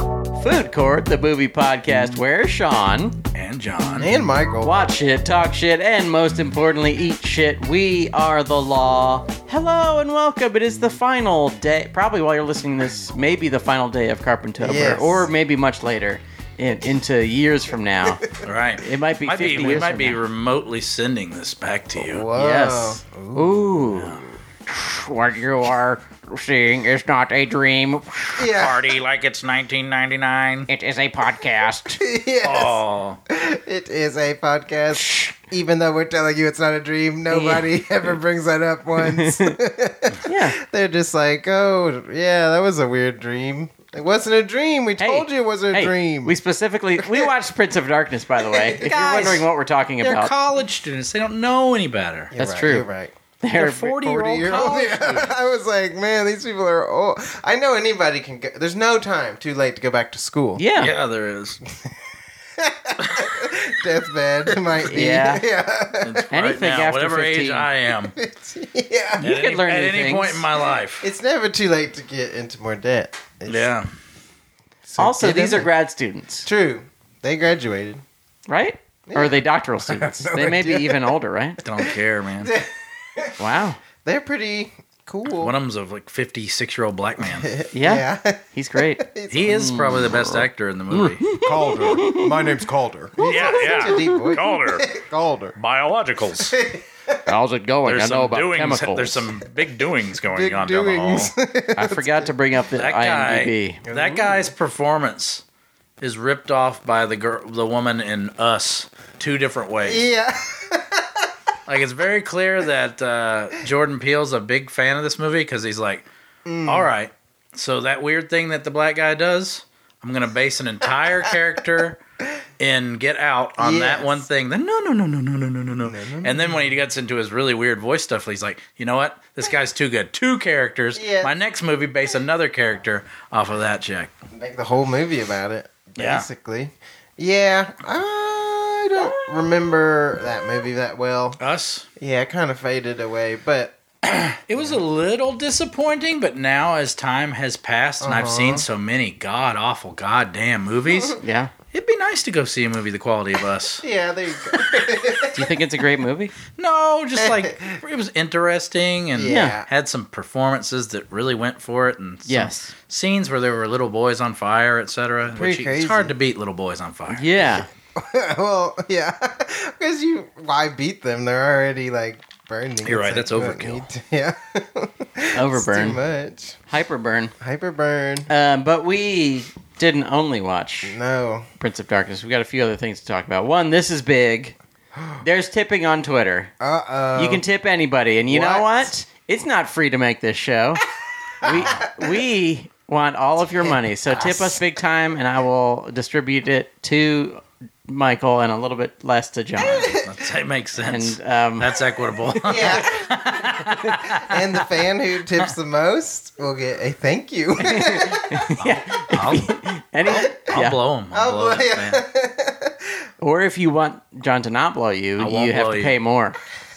Code Court, the movie podcast where Sean and John. And Michael. watch shit, talk shit, and most importantly, eat shit. We are the law. Hello and welcome. It is the final day, probably while you're listening to this, maybe the final day of Carpentober, Yes. or maybe much later, in, into years from now. All right. It might be 50 we years might from be now. remotely sending this back to you. Whoa. Yes. Ooh. What you are seeing is not a dream. Yeah. Party like it's 1999. It is a podcast. Yes. Oh, It is a podcast. Even though we're telling you it's not a dream, nobody ever brings that up once. Yeah. They're just like, oh, yeah, that was a weird dream. It wasn't a dream. We told you it wasn't a hey, dream. We specifically we watched Prince of Darkness, by the way. If you're Guys, wondering what we're talking they're about, college students. They don't know any better. You're that's right, true. You're right. They're 40 year old 40-year-old. college Yeah. students. I was like, man, these people are old. I know anybody can go. There's no time too late to go back to school. Yeah. Yeah, there is. Deathbed might be. Yeah. yeah. It's Anything right now, after whatever 15. age I am. You yeah. could learn at new any things. point in my life. It's never too late to get into more debt. It's- yeah, so Also, get these in are it. grad students, True. They graduated. right? Or are they doctoral students? no they may be idea. even older, right? don't care, man. Wow. They're pretty cool. One of them's a like 56 year old black man. Yeah. He's great. It's He is probably the best Mm. actor in the movie. Calder. My name's Calder. yeah, Such a deep voice. Calder. Calder. Biologicals. How's it going? I know about doings. chemicals. There's some big doings going Big on doings. down the hall. I forgot to bring up the That guy, IMDb. that guy's performance is ripped off by the girl, the woman in Us, two different ways. yeah. Like it's very clear that uh, Jordan Peele's a big fan of this movie because he's like, all right, so that weird thing that the black guy does, I'm gonna base an entire character. In Get Out on that Yes. one thing, then no, no, no, no, no, no, no, no, no. And then when he gets into his really weird voice stuff, he's like, you know what? This guy's too good. Two characters. Yes. My next movie, base another character off of that chick. Make the whole movie about it, Yeah. basically. Yeah. I don't remember that movie that well. Us. Yeah, it kind of faded away, but It was a little disappointing, but now as time has passed and I've seen so many god awful goddamn movies, Yeah. it'd be nice to go see a movie the quality of us. yeah, there you go. Do you think it's a great movie? No, just like it was interesting and Yeah. had some performances that really went for it and some Yes. scenes where there were little boys on fire, etc. Which Pretty it's crazy. hard to beat little boys on fire. Yeah. well, yeah, because you why beat them? They're already like burning. You're right, It's that's like, you don't overkill. need to- yeah, It's too Overburn. much. Hyperburn. Hyperburn. Um, but we didn't only watch No. Prince of Darkness. We've got a few other things to talk about. One, this is big. There's tipping on Twitter. Uh oh. You can tip anybody, and you know What? what? It's not free to make this show. we we want all of your money, so tip us big time, and I will distribute it to Michael and a little bit less to John. That's- That makes sense. And um, That's equitable. Yeah. and the fan who tips the most will get a thank you. I'll, any, I'll yeah. blow him. I'll, I'll blow, blow that ya. fan. or if you want John to not blow you, won't you have blow to you. pay more.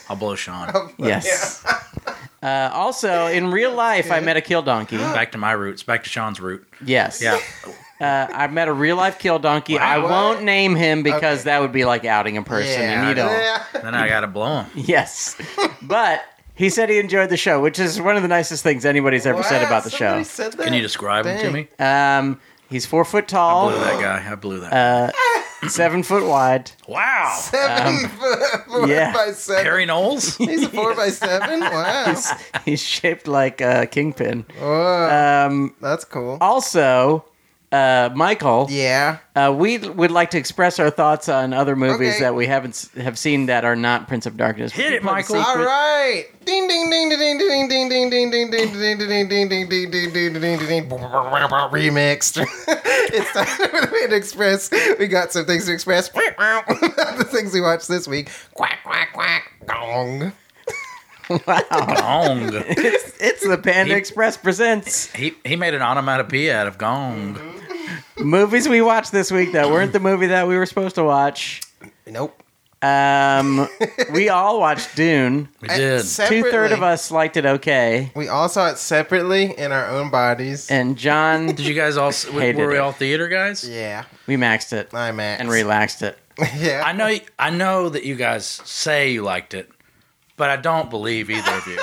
I'll blow Sean. Yes. Uh, also, in real life, I met a kill donkey. Back to my roots. Back to Sean's root. Yes. Yeah. Uh, I met a real life kill donkey. I Wow. won't name him because Okay. that would be like outing a person, and you don't. Yeah. Then I gotta blow him. Yes. but he said he enjoyed the show, which is one of the nicest things anybody's ever said Wow, about the somebody show. said that? Can you describe him to Dang. me? Um, he's four foot I blew tall, Oh. that guy. I blew that. seven foot wide. wow. Seven foot four Um, yeah. by seven. Harry Knowles. He's a four by seven. Wow. He's, he's shaped like a kingpin. Whoa, Um, that's cool. also, uh, Michael, Yeah. uh, we would like to express our thoughts on other movies Okay. that we haven't s- have seen that are not Prince of Darkness. Hit it, Michael. All right. Ding ding ding ding ding ding ding ding ding ding ding ding ding ding ding ding ding ding ding ding ding remixed. It's time for the Way to Express. We got some things to express. The things we watched this week. Quack quack quack gong. Wow, Gong. it's, it's the Panda He- Express presents. He he made an onomatopoeia out of Mm-hmm. gong. movies we watched this week that weren't the movie that we were supposed to watch. Nope. Um, we all watched Dune. We Uh, did. Two third separately. of us liked it okay, We all saw it separately in our own bodies. and John, Did you guys all? s- Hated Were we it. all theater guys? yeah, we maxed it I'm at and relaxed it. yeah, I know. y- I know that you guys say you liked it, but I don't believe either of you.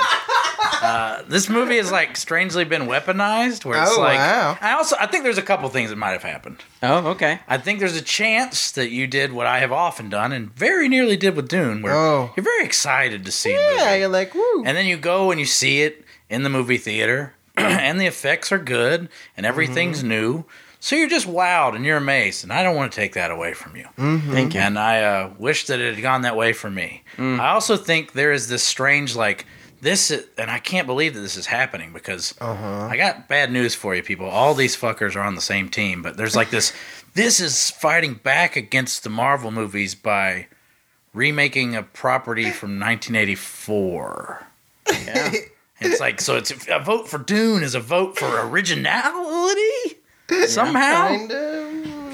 Uh, this movie has like strangely been weaponized. Where it's Oh, like, wow. I also I think there's a couple things that might have happened. Oh, okay. I think there's a chance that you did what I have often done and very nearly did with Dune, where Oh. you're very excited to see. a movie. yeah. You're like, woo. And then you go and you see it in the movie theater, and the effects are good, and everything's Mm-hmm. new. So you're just wowed and you're amazed, and I don't want to take that away from you. Mm-hmm. Thank you. Mm. And I uh, wish that it had gone that way for me. I also think there is this strange, like, this, is, and I can't believe that this is happening because Uh-huh. I got bad news for you, people. All these fuckers are on the same team, but there's like this, this is fighting back against the Marvel movies by remaking a property from 1984. Yeah. It's like so. It's a vote for Dune is a vote for originality somehow. kind of.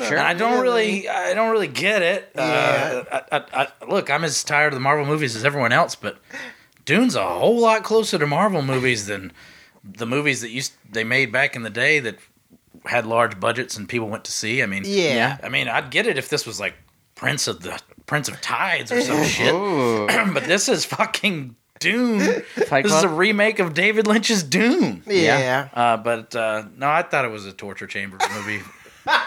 Sure. And I don't really, I don't really get it. Uh, I, I, I, look, I'm as tired of the Marvel movies as everyone else, but Dune's a whole lot closer to Marvel movies than the movies that used they made back in the day that had large budgets and people went to see. I mean, Yeah. I mean, I'd get it if this was like Prince of the Prince of Tides or some shit, Ooh. but this is fucking Dune. Fight This is a Club? remake of David Lynch's Dune. Yeah. yeah. Uh, but uh, no, I thought it was a torture chamber movie.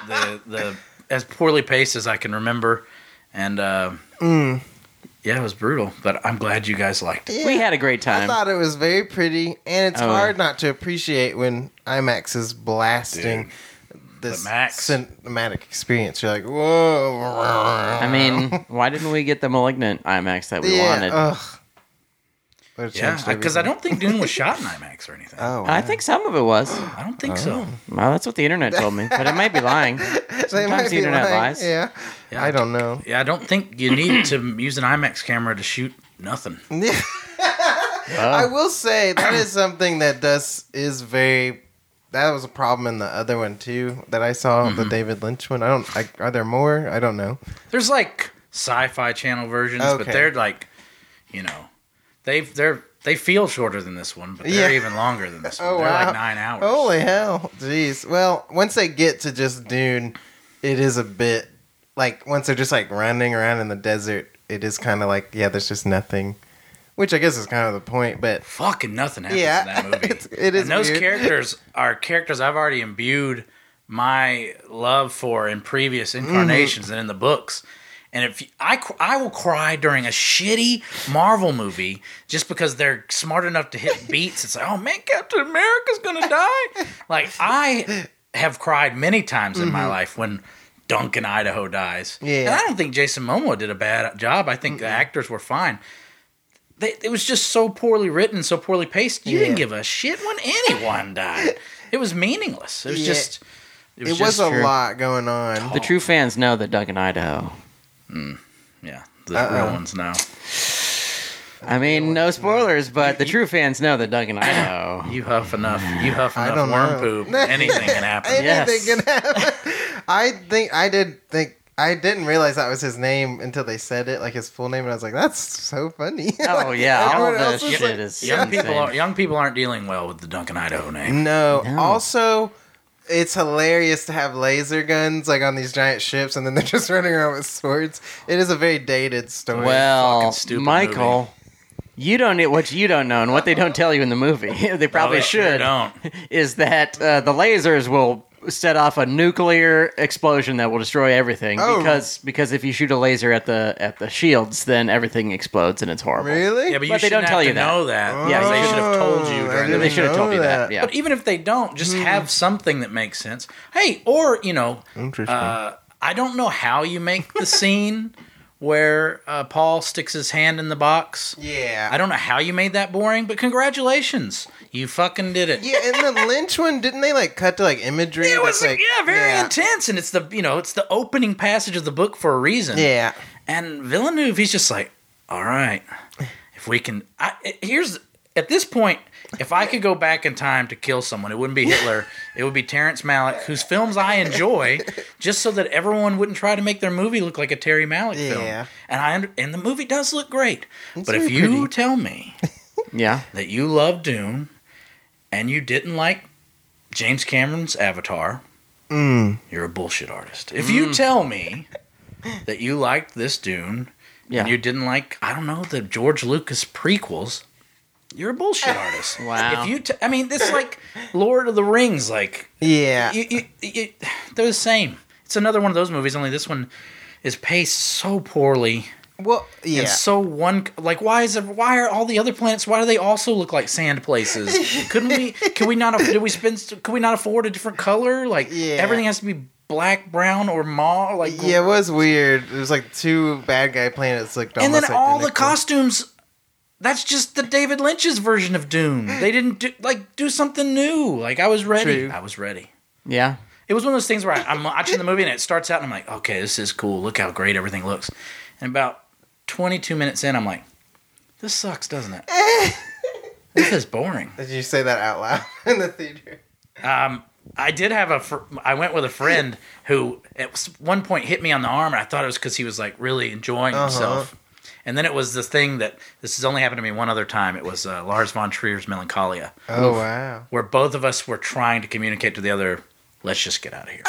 the the as poorly paced as I can remember, and uh, yeah, it was brutal. But I'm glad you guys liked it. we had a great I time. thought it was very pretty, and it's Oh. hard not to appreciate when IMAX is blasting this the Max. cinematic experience. You're like, whoa. I mean, why didn't we get the malignant IMAX that we wanted? Ugh. Would've Yeah, changed because I everything. don't think Dune was shot in IMAX or anything. Oh, I think some of it was. I don't think so. Well, that's what the internet told me, but it might be lying. They might Sometimes the be internet lying. lies. Yeah. Yeah. I don't know. Yeah, I don't think you need to use an IMAX camera to shoot nothing. I will say that is something that does is very. That was a problem in the other one too that I saw the Mm-hmm. David Lynch one. I don't. I, are there more? I don't know. There's like sci-fi channel versions, Okay. but they're like, you know, they they're they feel shorter than this one, but they're Yeah. even longer than this one. Oh, they're wow. like nine hours. Holy hell, jeez. Well, once they get to just Dune, it is a bit like once they're just like running around in the desert. It is kind of like yeah, there's just nothing, which I guess is kind of the point. But fucking nothing happens Yeah. in that movie. It's- it is And those weird. characters are characters I've already imbued my love for in previous Mm-hmm. incarnations and in the books. And if you, I cr- I will cry during a shitty Marvel movie just because they're smart enough to hit beats, it's like, oh man, Captain America's gonna die. like I have cried many times in my life when Duncan Idaho dies. Mm-hmm. Yeah. And I don't think Jason Momoa did a bad job. I think the actors were fine they, it was just so poorly written, so poorly paced. You Yeah. didn't give a shit when anyone died. It was meaningless. It was Yeah. just. It it was, was just- a true. lot going on. The true fans know that Doug and Idaho. Yeah, the Uh-uh. real ones now. I mean, no spoilers, but the true fans know that Doug and Idaho. You huff enough. You huff I enough don't worm know. poop. Anything can happen. Yeah. Anything Yes. can happen. I think I did think. I didn't realize that was his name until they said it, like his full name, and I was like, "That's so funny." Oh yeah, all Everyone of else this is shit like- is Young insane. people. Are, young people aren't dealing well with the Duncan Idaho name. No. No. Also, it's hilarious to have laser guns like on these giant ships, and then they're just running around with swords. It is a very dated story. well, fucking stupid Michael, you don't know what you don't know, and what they don't tell you in the movie. they probably they sure should. don't. Is that uh, the lasers will set off a nuclear explosion that will destroy everything Oh. because because if you shoot a laser at the at the shields, then everything explodes and it's horrible. really? Yeah, but you But they should don't have tell to you that. know that. Yeah, they they should have told Oh, you. I During the didn't Hmm. They movie. should have told know you that. that. Yeah. But even if they don't, just have something that makes sense. Hey, or you know, Interesting. uh, I don't know how you make the scene where uh, Paul sticks his hand in the box. yeah. I don't know how you made that boring, but congratulations, you fucking did it. yeah, and the Lynch one, didn't they like cut to like imagery? It was that's, like, yeah, very yeah. intense, and it's the you know it's the opening passage of the book for a reason. Yeah. And Villeneuve, he's just like, all right, if we can. I, here's at this point, if I could go back in time to kill someone, it wouldn't be Hitler. it would be Terrence Malick, whose films I enjoy, just so that everyone wouldn't try to make their movie look like a Terry Malick Yeah. film. And I under- and the movie does look great. but if very you pretty. tell me Yeah. that you love Dune and you didn't like James Cameron's Avatar, you're a bullshit artist. If Mm. you tell me that you liked this Dune Yeah. and you didn't like, I don't know, the George Lucas prequels, you're a bullshit artist. Wow. If you, t- I mean, this is like Lord of the Rings, like Yeah. you, you, you, they're the same. It's another one of those movies. Only this one is paced so poorly well, yeah. and so one like why is it why are all the other planets why do they also look like sand places couldn't we can we not did we spend could we not afford a different color like Yeah. everything has to be black brown or mauve like yeah, it was weird. It was like two bad guy planets looked and then almost all the identical. costumes that's just the david lynch's version of doom they didn't do like do something new like i was ready True. i was ready Yeah. it was one of those things where I, I'm watching the movie and it starts out and I'm like, okay, this is cool. Look how great everything looks. And about 22 minutes in, I'm like, this sucks, doesn't it? this is boring. Did you say that out loud in the theater? Um, I did have a. Fr- I went with a friend who at s- one point hit me on the arm, and I thought it was because he was like really enjoying himself. And then it was the thing that this has only happened to me one other time. It was uh, Lars von Trier's Melancholia, Oh wow. where both of us were trying to communicate to the other, "Let's just get out of here."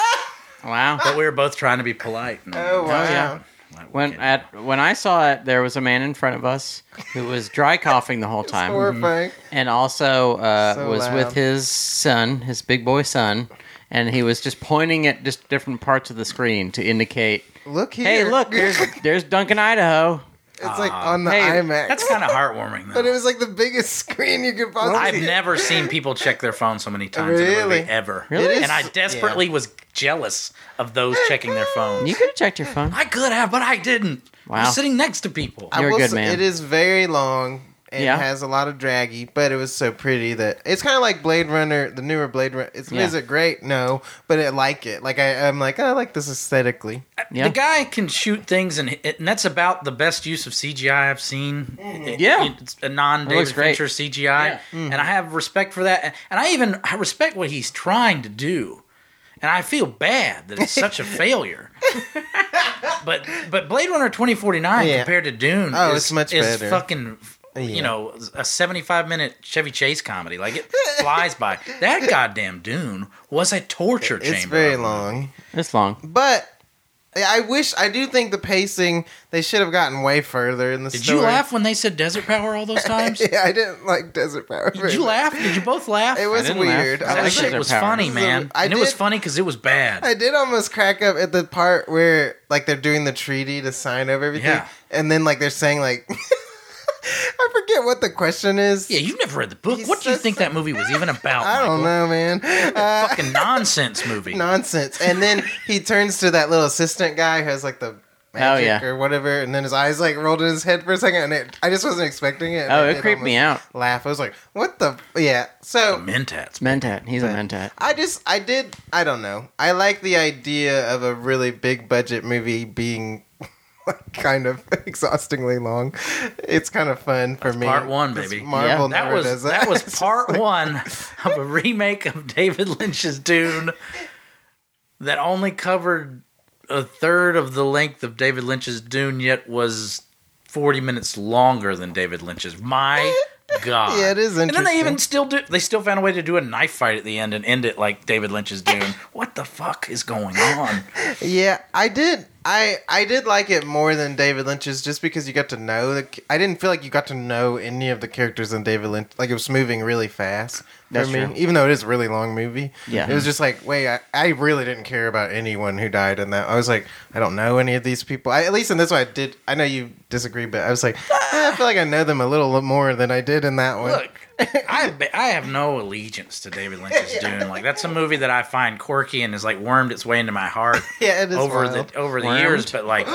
Wow. But we were both trying to be polite. and- Oh wow. yeah. Like, we When can't- at when I saw it, there was a man in front of us who was dry coughing the whole time, Horrifying. and also uh, So was loud. with his son, his big boy son, and he was just pointing at just different parts of the screen to indicate, Look here. "Hey, look, there's there's Duncan, Idaho." it's like on the hey, IMAX. that's kind of heartwarming. But it Though. was like the biggest screen you could possibly. I've never seen people check their phone so many times in a Really? movie ever. Really? And I desperately was jealous of those checking their phones. You could have checked your phone. I could have, but I didn't. I Wow. was sitting next to people. I You're a will good say man. It is very long. And Yeah. has a lot of draggy, but it was so pretty that it's kind of like Blade Runner, the newer Blade Runner. It's, Yeah. Is it great? No, but I like it. Like I, I'm like, oh, I like this aesthetically. Yeah. The guy can shoot things, and, and that's about the best use of CGI I've seen. It- Mm-hmm. Yeah. it's a non David looks great. Fincher CGI, and I have respect for that. And I even I respect what he's trying to do, and I feel bad that it's such a failure. But but Blade Runner twenty forty nine Yeah. compared to Dune Oh, is, it's much is better. fucking. You Yeah. know, a seventy-five minute Chevy Chase comedy, like it flies by. That goddamn Dune was a torture chamber. It's very of a long. It's long. But I wish I do think the pacing they should have gotten way further in the Did story. you laugh when they said desert power all those times? Yeah, I didn't like Desert Power. Did you laugh? Did you both laugh? It was didn't laugh. weird. I That I, was like shit like, desert was power. funny, man. I and it was did- funny because it was bad. I did almost crack up at the part where like they're doing the treaty to sign over everything, Yeah. and then like they're saying like, I forget what the question is. yeah, you've never read the book. He What do you says think that movie was even about? I don't Michael? know, man. Uh, Fucking nonsense movie. nonsense. And then he turns to that little assistant guy who has like the magic Oh, yeah. or whatever, and then his eyes like rolled in his head for a second, and it, I just wasn't expecting it. and Oh, I it did creeped me almost out. Laugh. I was like, what the? Yeah. So Mentats. Mentat. He's a mentat. I just, I did, I don't know. I like the idea of a really big budget movie being like kind of exhaustingly long. It's kind of fun for me. part one, Because baby. Marvel That never was does that. that was part one of a remake of David Lynch's Dune that only covered a third of the length of David Lynch's Dune, yet was forty minutes longer than David Lynch's. My God. Yeah, it is And then they even interesting. still do they still found a way to do a knife fight at the end and end it like David Lynch's Dune. What the fuck is going on? Yeah, I did. I I did like it more than David Lynch's, just because you got to know the. I didn't feel like you got to know any of the characters in David Lynch. Like it was moving really fast for That's me, true. even though it is a really long movie. Yeah. it was just like, wait, I, I really didn't care about anyone who died in that. I was like, I don't know any of these people. I, at least in this one, I did. I know you disagree, but I was like, eh, I feel like I know them a little more than I did in that one. Look, I ba- I have no allegiance to David Lynch's Dune. Like that's a movie that I find quirky and has like wormed its way into my heart yeah, it is over wild. the over the Wormed? years. But like,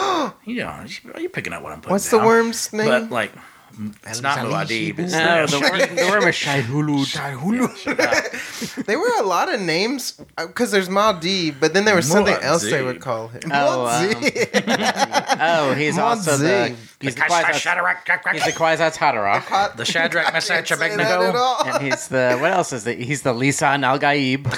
you know, you're picking up what I'm putting. What's the down. worm's name? But like, It's not Muad'Dib. It's No, Oh, the worm, the worm is Shaihulud. They were a lot of names because there's Maldiv, but then there was something else they Muad'Dib. would call him. Oh, um, Oh, he's also the Muad'Dib. he's the Kwisatz he's the Kwisatz Haderach, Hot- The Shadrach, Meshach, Can't say that at Abednego. all. and he's the what else is the he's the Lisan Al Gaib. Uh,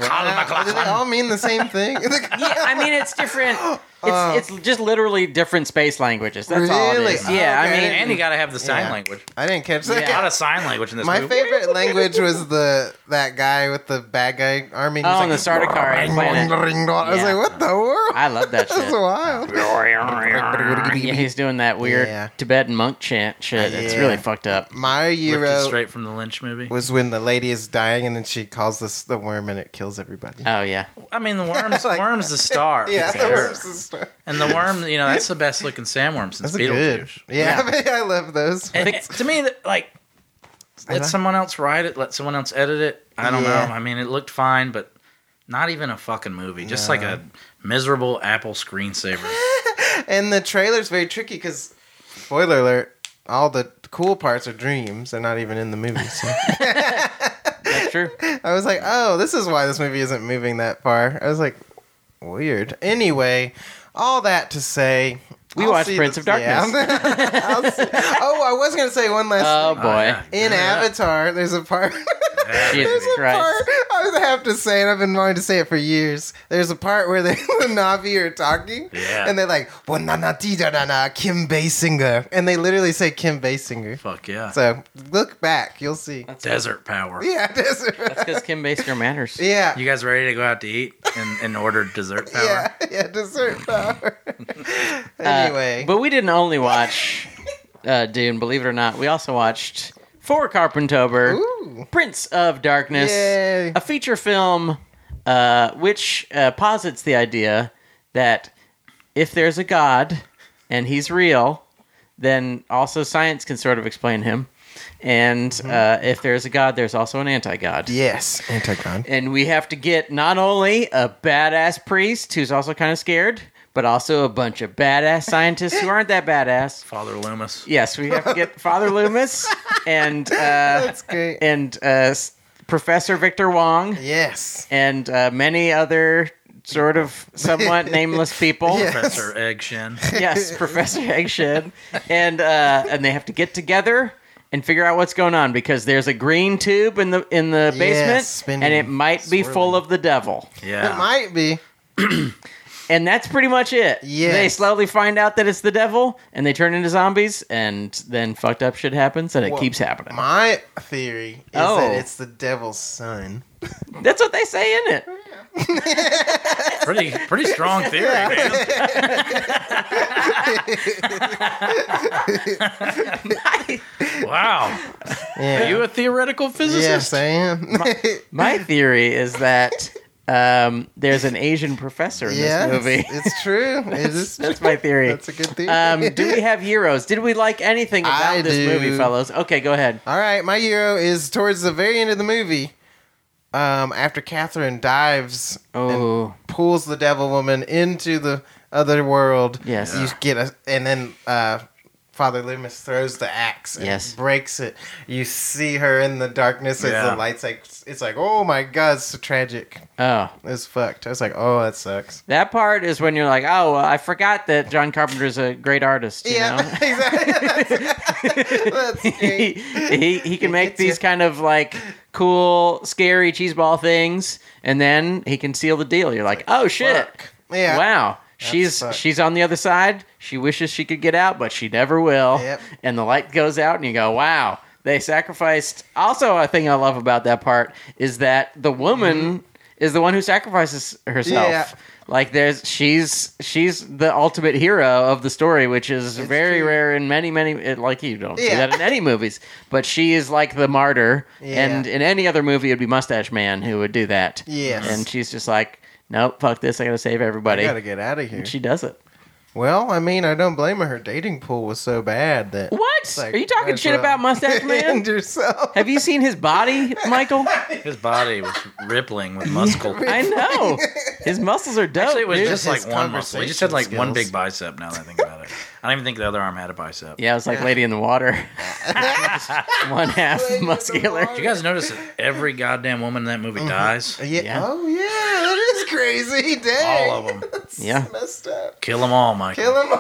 do they all mean the same thing? Yeah, I mean it's different. It's, it's just literally different space languages. That's all it Uh. Really? is. Ah, Yeah, Okay. I mean, And you got to have the sign Yeah. language. I didn't catch that. A lot of sign language in this My movie. favorite language was the that guy with the bad guy army. oh, and and the he's like, Sardaukar planet. I was Yeah. like, what the world? I love that That's shit. wild. Yeah, he's doing that weird Yeah. Tibetan monk chant shit. It's Yeah. really fucked up. My Lifted hero straight from the Lynch movie. was when the lady is dying and then she calls this the worm and it kills everybody. Oh yeah, I mean, the worm's Like- worm's the star. yeah, for the sure. worm's the star. And the worm, you know, that's the best looking sandworm since That's a good. Beetlejuice. Yeah. Yeah, I, mean, I love those. And it- to me, that- like, let someone else write it. Let someone else edit it. I don't Yeah. know. I mean, it looked fine, but not even a fucking movie. Just like a miserable Apple screensaver. And the trailer's very tricky because, spoiler alert, all the cool parts are dreams. They're not even in the movie. So. that's true. I was like, oh, this is why this movie isn't moving that far. I was like, weird. Anyway, all that to say. We I'll watched see Prince this- of Darkness. Yeah. I'll see- oh, I was going to say one last Oh boy, Oh, yeah. thing. In Yeah. Avatar, there's a part. Jesus There's a Christ. part I would have to say, and I've been wanting to say it for years. There's a part where they, the Navi are talking, Yeah. and they're like, "Wanana ti da da na, Kim Basinger," and they literally say Kim Basinger. Fuck yeah. So look back, you'll see. Desert power. Yeah, it is. That's because Kim Basinger matters. yeah, You guys ready to go out to eat and, and order dessert power? Yeah, yeah, dessert power. anyway, But we didn't only watch uh, Dune, believe it or not. We also watched For Carpentober, Ooh. Prince of Darkness, Yay. a feature film uh, which uh, posits the idea that if there's a god and he's real, then also science can sort of explain him. And uh, if there's a god, there's also an anti god. yes, Anticon. And we have to get not only a badass priest who's also kind of scared, but also a bunch of badass scientists who aren't that badass. Father Loomis. Yes, we have to get Father Loomis and uh, That's great. and uh, S- Professor Victor Wong Yes. and uh, many other sort of somewhat nameless people. Yeah. Professor Egg Shin. Yes, Professor Eggshed, and uh, and they have to get together and figure out what's going on because there's a green tube in the in the basement, spinning, and it might be full swirling. of the devil. Yeah. It might be. And that's pretty much it. Yes. They slowly find out that it's the devil and they turn into zombies and then fucked up shit happens and it Well, keeps happening. My theory is Oh. that it's the devil's son. That's what they say in it. Pretty pretty strong theory, man. Wow. Yeah. Are you a theoretical yes, physicist? I am. My theory is that um, there's an Asian professor in yes, this movie. it's true. It is. true. That's my theory. That's a good theory. um, do we have heroes? Did we like anything about I this do. movie, fellows? Okay, go ahead. All right, my hero is towards the very end of the movie. Um, after Catherine dives Oh. and pulls the devil woman into the other world, Yes. you get a, and then uh, Father Loomis throws the axe, and Yes. breaks it. You see her in the darkness as Yeah. the lights like it's like, oh my god, it's so tragic. Oh, It's fucked. I was like, oh, that sucks. that part is when you're like, oh, well, I forgot that John Carpenter's a great artist. You yeah, know? exactly. That's he, great. he he can make gets ya. these kind of like cool, scary cheeseball things, and then he can seal the deal. You're like, oh shit, Fuck. Yeah. wow. She's fucked. she's on the other side. She wishes she could get out, but she never will. Yep. And the light goes out, and you go, "Wow, they sacrificed." Also, a thing I love about that part is that the woman is the one who sacrifices herself. Mm-hmm. Yeah. Like there's she's she's the ultimate hero of the story, which is very true. rare in many many it, like you don't see Yeah. that in any movies. But she is like the martyr, Yeah. and in any other movie, it'd be Mustache Man who would do that. Yes. and she's just like, nope, fuck this, I gotta save I everybody. gotta get out of here. She does it. Well, I mean, I don't blame her. Her dating pool was so bad that What? like, Are you talking might as shit well. about Mustache Man? and yourself. Have you seen his body, Michael? His body was rippling with muscle. I know his muscles are dope. Actually, it was dude. just like his one muscle. He just had like conversation one big skills. bicep now that I think about it. I don't even think the other arm had a bicep. Yeah, it was like Lady in the Water. One half Lady in the muscular. Did you guys notice that every goddamn woman in that movie Mm-hmm. dies? Yeah. Yeah. Oh yeah, that is crazy. Dang. All of them. That's Yeah. Messed up. Kill them all, Mike. Kill him.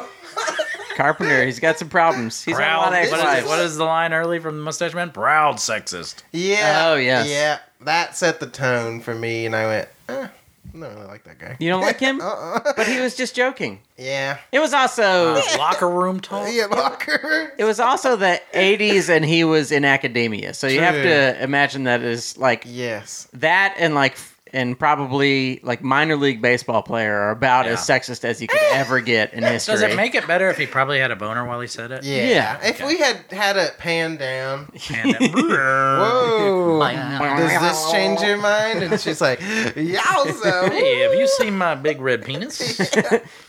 Carpenter, he's got some problems. He's had a Proud. lot of What is, ex-wives. what is the line early from the Mustache Man? Proud sexist. Yeah. Oh, yes. Yeah. That set the tone for me, and I went, eh, I don't really like that guy. You don't like him? Uh-uh. But he was just joking. yeah. It was also Oh. Uh, locker room talk. Yeah, Walker. it was also the 80s and he was in academia. So you have True. to imagine that is like Yes. that and like f- and probably like minor league baseball player are about Yeah. as sexist as you could ever get in history. Does it make it better if he probably had a boner while he said it? Yeah. Yeah. If we had had it panned down. And then- Whoa. Does this change your mind? And she's like, yowzo. Hey, have you seen my big red penis?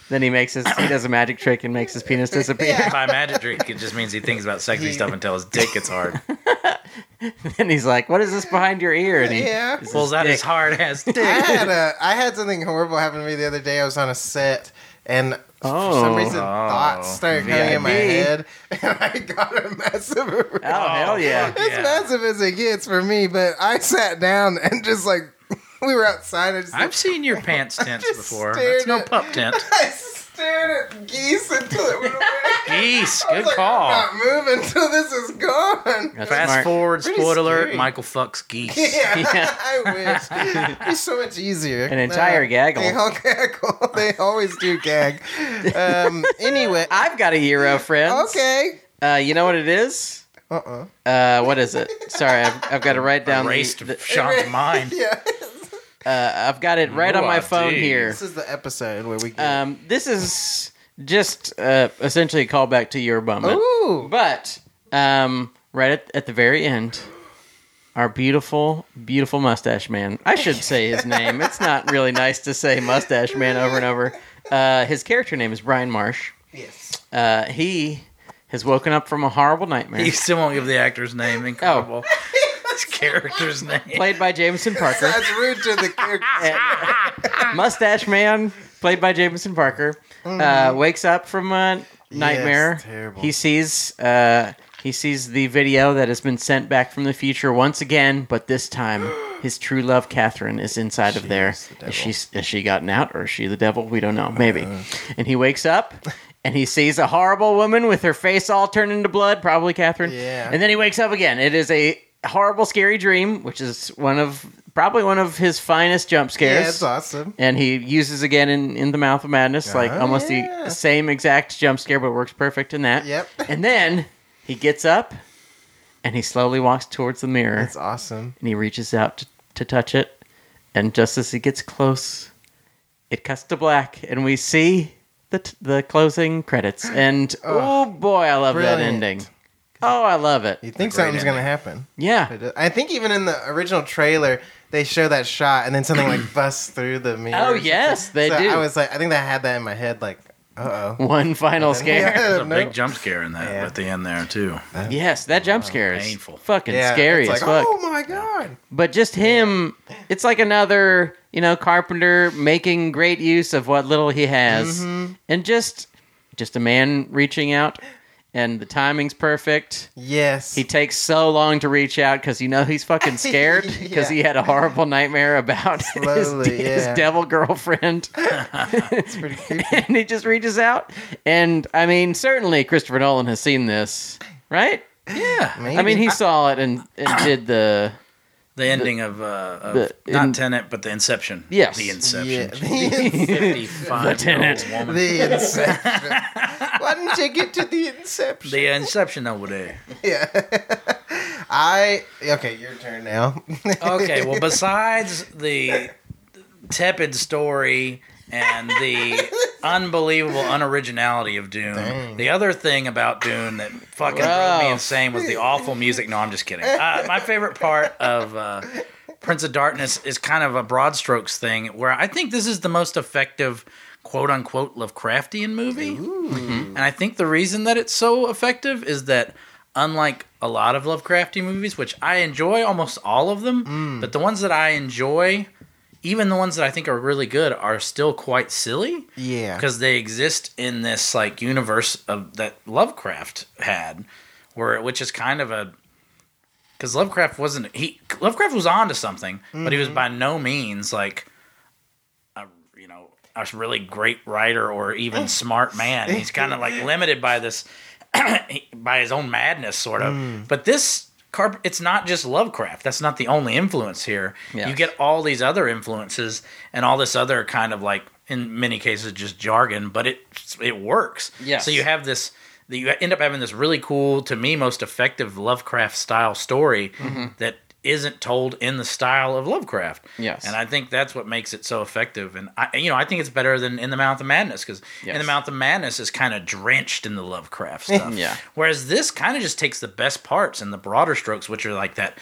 then he makes his he does a magic trick and makes his penis disappear. Yeah. By magic trick, it just means he thinks about sexy stuff until his dick gets hard. and he's like, "What is this behind your ear?" And he Yeah. it's Pulls out his dick. hard ass I dick. had a I had something horrible happen to me the other day. I was on a set and for Oh. some reason Oh. thoughts started coming in my VIP. head and I got a massive erection. Oh, hell yeah! fuck. As Yeah. massive as it gets for me, but I sat down and just like we were outside. I just I've seen your pants tent just before. stared That's no at- pup tent. I stared at geese until it went away. Geese, I was good like, call. I'm not moving until this is gone. That's Fast smart. forward, Pretty spoiler scary. alert, Michael fucks geese. Yeah, Yeah. I wish. It's so much easier. Uh, An entire gaggle. They all gaggle. They always do gag. Um, anyway, I've got a hero, friends. okay. Uh, you know what it is? Uh uh Uh, what is it? Sorry, I've, I've got to write down. the- Erased the- Sean's mind. Yeah. uh, I've got it right on Oh, my phone geez. here. This is the episode where we get. Um, this is just uh, essentially a callback to your moment. Ooh. But um, right at, at the very end, our beautiful, beautiful mustache man. I should say his name. It's not really nice to say mustache man over and over. Uh, his character name is Brian Marsh. Yes. Uh, he has woken up from a horrible nightmare. He still won't give the actor's Oh. name. Incredible. His character's name. Played by Jameson Parker. That's rude to the character. Mustache Man, played by Jameson Parker, uh, wakes up from a nightmare. Mm-hmm. Yes, terrible. He sees uh, he sees the video that has been sent back from the future once again, but this time his true love Catherine is inside of there. is the devil. Is she is she gotten out or is she the devil? We don't know. Maybe. Uh-huh. And he wakes up. And he sees a horrible woman with her face all turned into blood, probably Catherine. Yeah. And then he wakes up again. It is a horrible, scary dream, which is one of probably one of his finest jump scares Yeah, it's awesome. and he uses again in, in the mouth of madness like Uh-huh. almost Yeah. the same exact jump scare but works perfect in that Yep. and then he gets up and he slowly walks towards the mirror It's awesome. and he reaches out to, to touch it and just as he gets close it cuts to black and we see the, t- the closing credits and oh boy i love that Brilliant. ending oh i love it You think Great something's going to happen. yeah It- I think even in the original trailer, they show that shot and then something like busts through the mirror. oh yes they so do I was like, I think I had that in my head, like, uh oh. one final scare Yeah, There's a no. big jump scare in that Yeah. at the end there too. yes that jump scare is Painful. fucking Yeah, scary it's as fuck like, Oh my god! but just him it's like another you know carpenter making great use of what little he has Mm-hmm. and just just a man reaching out and the timing's perfect Yes, he takes so long to reach out because you know he's fucking scared Yeah. because he had a horrible nightmare about his, Slowly, his yeah. devil girlfriend it's pretty creepy. and he just reaches out and i mean certainly christopher nolan has seen this right Yeah. i mean he saw it and, and did the The ending of, uh, of The- not in- Tenet, but The Inception. Yes. The yeah, Inception. the, Fifty-five. The Tenet. year old woman. the inception. Why didn't you get to the inception? The Inception over there. yeah, I okay. Your turn now. Okay. Well, besides the tepid story and the unbelievable unoriginality of Dune, the other thing about Dune that fucking drove me Wow. insane was the awful music. No, I'm just kidding. Uh, my favorite part of. Uh, Prince of Darkness is kind of a broad strokes thing where I think this is the most effective quote unquote Lovecraftian movie. Mm-hmm. And I think the reason that it's so effective is that unlike a lot of Lovecraftian movies, which I enjoy almost all of them, but the ones that I enjoy even the ones that I think are really good are still quite silly Yeah. because they exist in this like universe of that Lovecraft had, where which is kind of a because Lovecraft wasn't he Lovecraft was onto something, but he was by no means like a you know a really great writer or even smart man. He's kind of like limited by this by his own madness, sort of. But this. Carp- it's not just Lovecraft. That's not the only influence here. Yes. You get all these other influences and all this other kind of like in many cases just jargon, but it it works. Yes. So you have this that you end up having this really cool to me most effective Lovecraft style story Mm-hmm. that isn't told in the style of Lovecraft. Yes. And I think that's what makes it so effective and I you know, I think it's better than In the Mouth of Madness cuz In Yes. the Mouth of Madness is kind of drenched in the Lovecraft stuff. Yeah. Whereas this kind of just takes the best parts and the broader strokes which are like that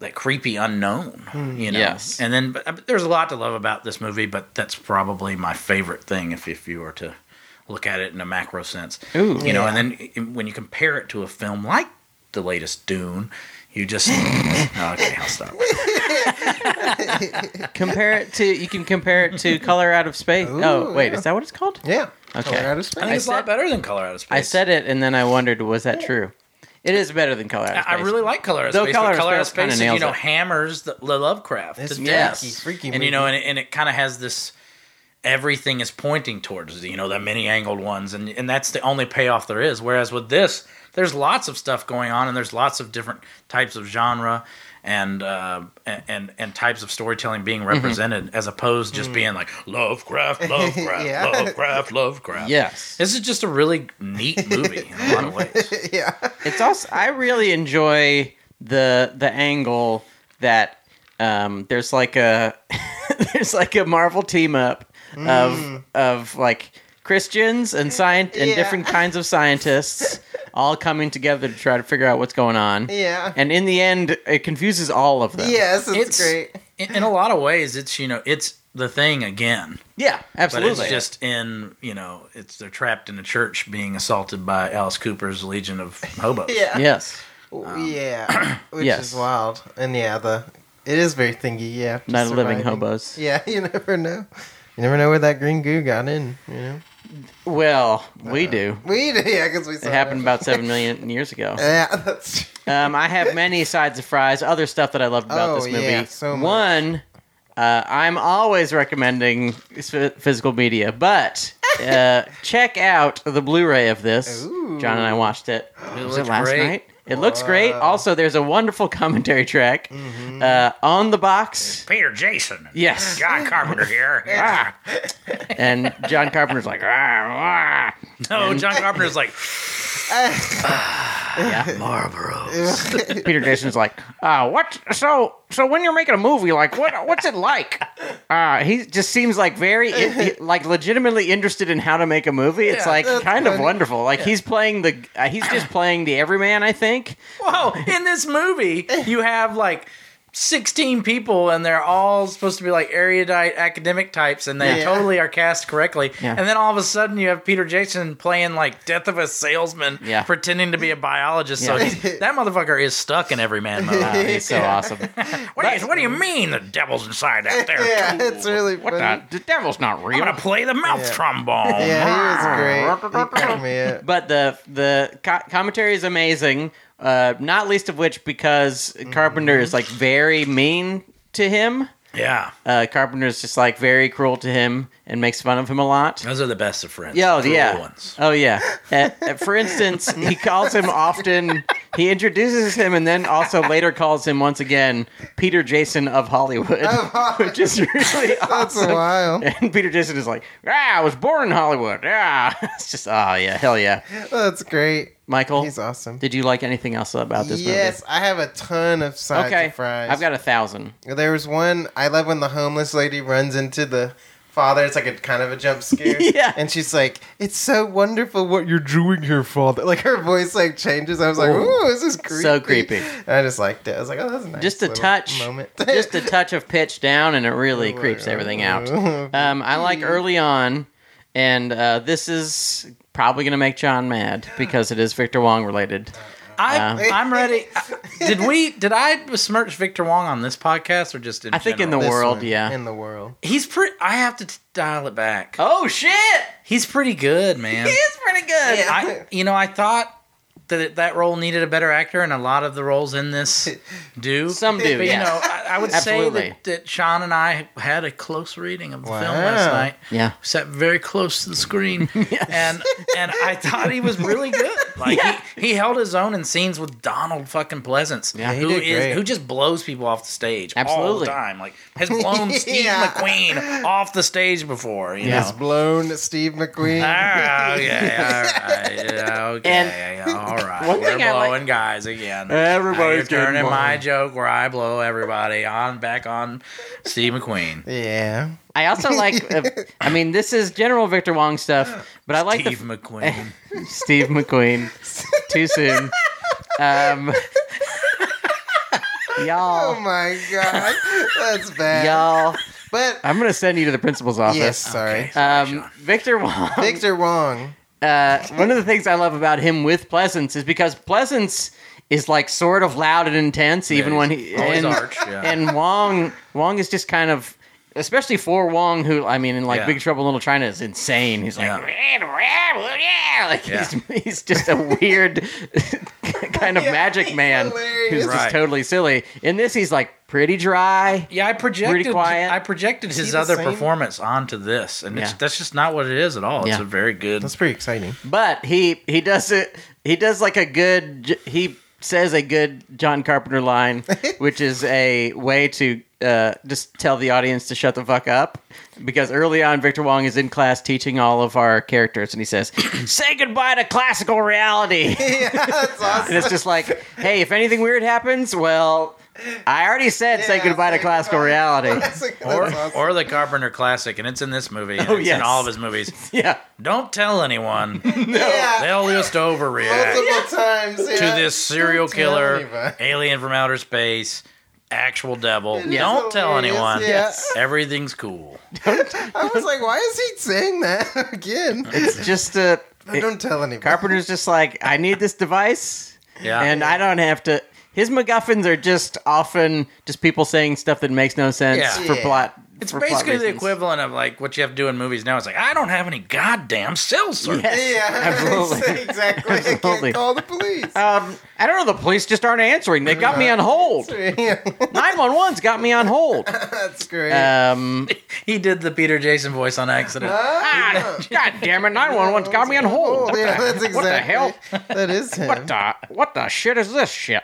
that creepy unknown, you know. Hmm. Yes. And then but, but there's a lot to love about this movie, but that's probably my favorite thing if if you were to look at it in a macro sense. Ooh. you know, and then i- when you compare it to a film like the latest Dune, you just okay, I'll stop. Compare it to you can compare it to Color Out of Space. oh Ooh, wait, yeah. is that what it's called? yeah. Okay. Color out of I space. think it's a lot said- better than Color Out of Space. I said it and then I wondered was that true? It is better than Color Out I of I Space. really like Color Out of Though Space. Color Out but of Color Out of Space kinda Space, is, you nails know, it. hammers the, the Lovecraft. It's to yes. freaky, freaky and you know, and, and it kind of has this. Everything is pointing towards you know the many angled ones, and and that's the only payoff there is. Whereas with this, there's lots of stuff going on, and there's lots of different types of genre and uh, and- and and types of storytelling being Mm-hmm. represented, as opposed Mm. to just being like Lovecraft, Lovecraft, Yeah. Lovecraft, Lovecraft. Yes. this is just a really neat movie in a lot of ways. movie. yeah. It's also I really enjoy the the angle that um, there's like a there's like a Marvel team up of of like Christians and scient and Mm. Yeah. different kinds of scientists all coming together to try to figure out what's going on. Yeah. And in the end, it confuses all of them. Yes, it's, great. In, in a lot of ways, it's you know, it's the thing again, Yeah, but absolutely. it's just in you know, it's they're trapped in a church being assaulted by Alice Cooper's Legion of Hobos. Yeah. Oh, yes. Um, yeah. Which yes. is wild. And yeah, the it is very thingy, yeah. just Not a living surviving. hobos. Yeah, you never know. You never know where that green goo got in, you know. Well, we do. We did, yeah, because we saw It happened about seven million years ago. Yeah, that's Um, I have many sides of fries. Other stuff that I loved about Oh, this movie. yeah, so much. One, uh, I'm always recommending phys- physical media, but uh, check out the Blu-ray of this. Ooh. John and I watched it. was it looks last great. night? It looks great. Also, there's a wonderful commentary track uh, on the box. Peter Jason. Yes. John Carpenter here. Ah. And John Carpenter's like, ah, ah. No, John Carpenter's like Uh, Marlboro. Peter Jason's like, uh, what? So, so when you're making a movie, like, what, what's it like? Uh, he just seems like very, in, like, legitimately interested in how to make a movie. It's Yeah, like that's kind of funny. wonderful. Like he's playing the, uh, he's just playing the everyman, I think. Whoa! In this movie, you have like. 16 people and they're all supposed to be like erudite academic types and they Yeah. totally are cast correctly Yeah. and then all of a sudden you have peter jackson playing like death of a salesman Yeah. pretending to be a biologist so Yeah. he's- that motherfucker is stuck in every man mode Uh, he's so awesome. what, do you, what do you mean the devil's inside out there yeah, too? it's really What funny. the, the devil's not i'm real. gonna play the mouth trombone Yeah, he was great. He cracked me up. But the the co- commentary is amazing. Uh, not least of which because Carpenter is like very mean to him. yeah Uh, Carpenter is just like very cruel to him and makes fun of him a lot. those are the best of friends Yeah, oh, The real yeah. ones. Oh yeah. Uh, uh, for instance, he calls him often. He introduces him and then also later calls him once again Peter Jason of Hollywood, which is really That's awesome. wild. And Peter Jason is like, "Yeah, I was born in Hollywood. Yeah, it's just oh yeah, hell yeah." That's great. Michael, He's awesome. did you like anything else about this Yes, I have a ton of sides movie? Okay, of fries. I've got a thousand. There was one I love when the homeless lady runs into the father. It's like a kind of a jump scare. Yeah. And she's like, "It's so wonderful what you're doing here, father." Like her voice like changes. I was like, Ooh. "Ooh, this is creepy." So creepy. And I just liked it. I was like, "Oh, that's a nice." Just a little touch, moment. just a touch of pitch down, and it really creeps everything out. Um, I Hmm. like early on, and uh, this is probably going to make John mad because it is Victor Wong related. I, Yeah. I'm ready. Did we? Did I besmirch Victor Wong on this podcast or just in? I think in general? the This world, one, yeah. In the world. He's pretty. I have to t- dial it back. Oh shit! He's pretty good, man. It's pretty good. Yeah. I, you know, I thought that it, that role needed a better actor, and a lot of the roles in this do. Some do, but yes. you know, I, I would say Absolutely. that, that Sean and I had a close reading of the film last Wow. night. yeah. Sat very close to the screen, and and I thought he was really good. Like Yeah. he, he held his own in scenes with Donald fucking Pleasance, Yeah, he who did is great. who just blows people off the stage all Absolutely. the time. Like has blown Steve Yeah. McQueen off the stage before. You Yeah. know, Has blown Steve McQueen. Ah, okay, all right, yeah, okay, And- yeah, all One right. One thing We're I like- blowing guys again. Everybody's You're turning getting my mine. joke where I blow everybody on back on Steve McQueen. Yeah. I also like. Uh, I mean, this is general Victor Wong stuff, but I like Steve McQueen. the Steve McQueen. Too soon. Um, Oh Oh, y'all, my god. That's bad. y'all. But I'm gonna send you to the principal's office. yes, sorry. Um, Victor Wong. Victor Wong. uh, one of the things I love about him with Pleasance is because Pleasance is like sort of loud and intense, even he's when he always and, arch, yeah. and Wong Wong is just kind of, especially for Wong, who I mean, in like Yeah. Big Trouble in Little China is insane. He's like, yeah, like Yeah. He's, he's just a weird kind of Yeah, magic he's man who's hilarious. just Right. totally silly. In this, he's like pretty dry. Yeah, I projected. quiet. I projected his the other same? performance onto this, and it's, Yeah. that's just not what it is at all. It's Yeah. a very good. That's pretty exciting. But he he does it. He does like a good. J- He says a good John Carpenter line, which is a way to uh, just tell the audience to shut the fuck up. Because early on, Victor Wong is in class teaching all of our characters, and he says, "Say goodbye to classical reality." yeah, that's awesome. And it's just like, hey, if anything weird happens, well, I already said say Yeah, goodbye to say classical goodbye. reality. That's, that's or, awesome. or the Carpenter classic, and it's in this movie. And Oh, it's yes. in all of his movies. yeah, Don't tell anyone; yeah. they'll just overreact. Multiple times. to yeah. this serial Don't tell killer, anybody. alien from outer space, actual devil. It is Don't tell hilarious, anyone. yeah. Yes. Everything's cool. I was like, why is he saying that again? it's just a I don't tell anybody. Carpenter's just like, I need this device. Yeah. and I don't have to. His MacGuffins are just often just people saying stuff that makes no sense Yeah. for Yeah. plot. it's for plot basically the reasons. equivalent of like what you have to do in movies now. It's like I don't have any goddamn cell service. Yes. Yeah, Absolutely. exactly. I Absolutely. can't call the police. Um, I don't know. The police just aren't answering. They've got me on hold. Yeah, Nine one one's got me on hold. that's great. Um, He did the Peter Jason voice on accident. Oh, ah, God damn it! Nine one one's got me on hold. What the, yeah, that's exactly. what the hell? That is him. What the what the shit is this shit?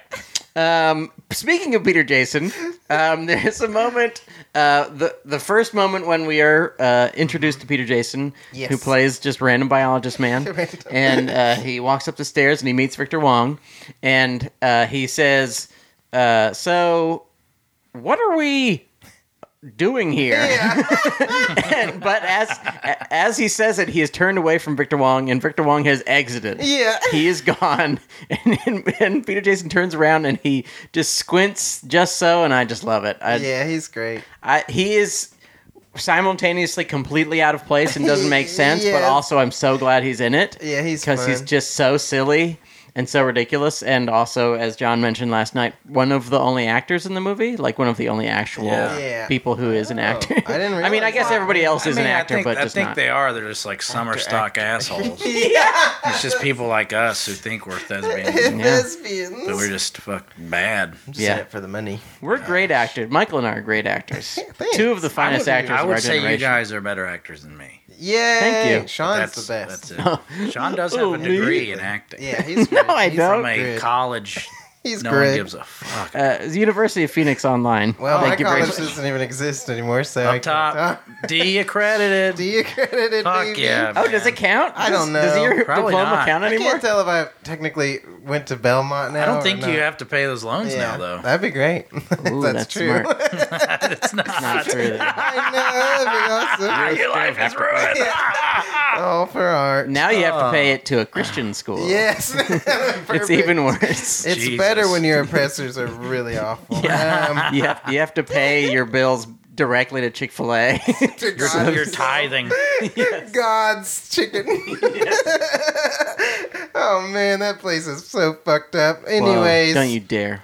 Um, speaking of Peter Jason, um, there's a moment, uh, the the first moment when we are uh, introduced to Peter Jason, Yes. who plays just random biologist man, Random. and uh, he walks up the stairs and he meets Victor Wong, and uh, he says, uh, "So, what are we?" doing here Yeah. And- but as as he says it he is turned away from victor wong and victor wong has exited yeah. he is gone and, and, and peter jason turns around and he just squints just so and i just love it I, Yeah, he's great. I, he is simultaneously completely out of place and doesn't make sense but Yes. also i'm so glad he's in it Yeah, he's because he's fun. just so silly and so ridiculous and also as john mentioned last night one of the only actors in the movie like one of the only actual Yeah. Yeah. people who is an actor Oh, I i didn't mean i realize guess that. everybody else I is mean, an actor I think, but I just think not they are. They're just like summer stock assholes. Yeah, It's just people like us who think we're thespians, lesbians. but we're just fucking bad. Just Yeah. in it for the money. We're great actors. Michael and I are great actors. uh, Thanks. Two of the I finest would, actors I of our would say generation. you guys are better actors than me. Yeah, Thank you. Sean's the That's- best. That's it. Sean does have Oh, a me? degree in acting. Yeah, he's No, great. I he's don't. From a Good. college, He's no one great. gives a fuck. Uh, the University of Phoenix Online. well, thank you my very college much. doesn't even exist anymore, so I Up can't top, talk. D accredited. Do you accredited Fuck baby? yeah. Oh, does it count? I Does- don't Does know. your Probably diploma not. count I anymore? can't tell if I technically went to Belmont now. I don't or think not. you have to pay those loans now, though. That'd be great. that's, that's true. smart. it's not. Not true. I know, that'd be awesome. Your life is ruined. Oh, All for art. Now you have to pay it to a Christian school. Yes. It's Ah. Perfect. even worse. It's Jesus. better when your oppressors are really awful. Um, you, have, you have to pay your bills directly to Chick Fil A. To You're, God's, you're tithing. God's chicken. oh man, that place is so fucked up. Anyways, don't you dare!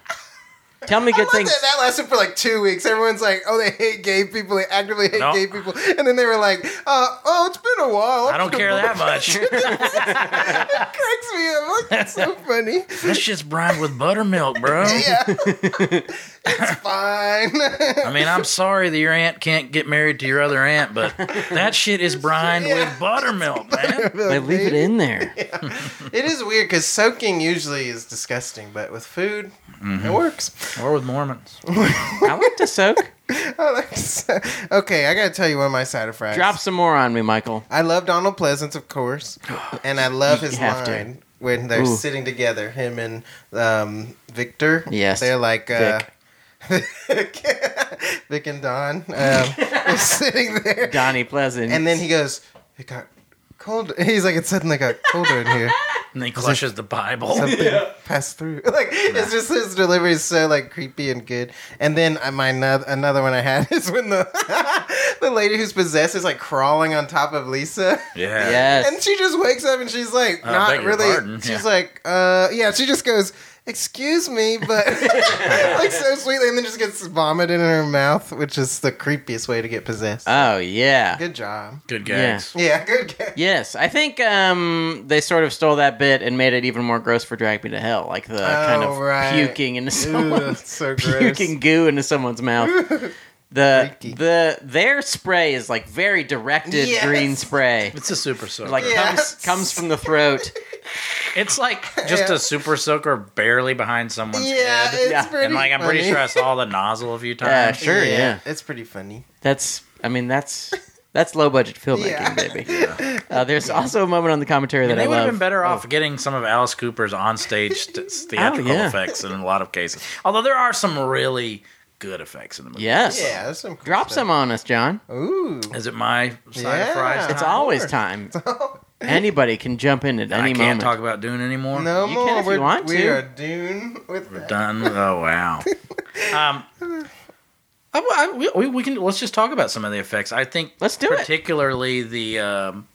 Tell me good I love things. that, that lasted for like two weeks. Everyone's like, "Oh, they hate gay people. They actively hate No. gay people," and then they were like, uh, "Oh, it's been a while. I don't care that much. It cracks me up. Like, that's so funny. That's just brined with buttermilk, bro. Yeah, it's fine. I mean, I'm sorry that your aunt can't get married to your other aunt, but that shit is brined with buttermilk, man. They leave it in there. It is weird because soaking usually is disgusting, but with food, Mm-hmm. it works. Or with Mormons. I like to soak. I like to so- okay, I gotta tell you one of my cider fries. Drop some more on me, Michael. I love Donald Pleasance, of course, and I love You his have to. line when they're Ooh. sitting together, him and um, Victor. Yes, they're like uh, Vic. and Don. Um, they're sitting there, Donnie Pleasant. and then he goes, "It got cold." He's like, "It suddenly got colder in here." And he clutches the Bible. pass through. Like it's just his delivery is so like creepy and good. And then uh, my no- another one I had is when the the lady who's possessed is like crawling on top of Lisa, Yeah. yes. and she just wakes up and she's like I not beg your really. pardon, She's yeah. like, uh, yeah. She just goes. Excuse me, but like so sweetly, and then just gets vomited in her mouth, which is the creepiest way to get possessed. Uh, Oh yeah. good job. Good gags. Yeah, good. Guess. Yes, I think um, they sort of stole that bit and made it even more gross for Drag Me to Hell, like the kind of Oh, right. puking into Ooh, someone's so gross. puking goo into someone's mouth. The Freaky. the their spray is like very directed Yes. green spray. It's a super soaker. Like Yes. comes comes from the throat. it's like just Yeah. a super soaker barely behind someone's Yeah, head. it's Yeah. pretty. and like I'm pretty funny. sure I saw the nozzle a few Yeah, times. sure, yeah. It's pretty funny. That's I mean that's that's low budget filmmaking, Yeah. baby. Uh, there's also a moment on the commentary that And they I would love. have been better off getting some of Alice Cooper's onstage st- theatrical Oh, yeah. effects in a lot of cases. Although there are some really good effects in the movie. Yes. Yeah, that's some cool Drop stuff. some on us, John. Ooh. Is it my side Yeah. of fries? It's time? always time. Anybody can jump in at any I can't moment. talk about Dune anymore. No You more. can if you We're, want we to. are Dune with We're that. done. Oh wow. Um, I- I- we- we, we can let's just talk about some of the effects. I think Let's do it. particularly the um,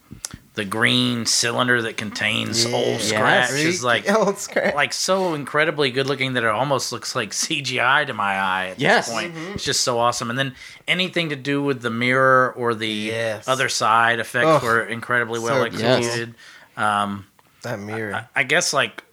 the green cylinder that contains old Yes. scratch Freaky is like old scratch. like so incredibly good looking that it almost looks like CGI to my eye at Yes. Mm-hmm. this point. It's just so awesome. And then anything to do with the mirror or the Yes. other side effects Ugh. were incredibly well So cool. executed. Um, that mirror. I guess like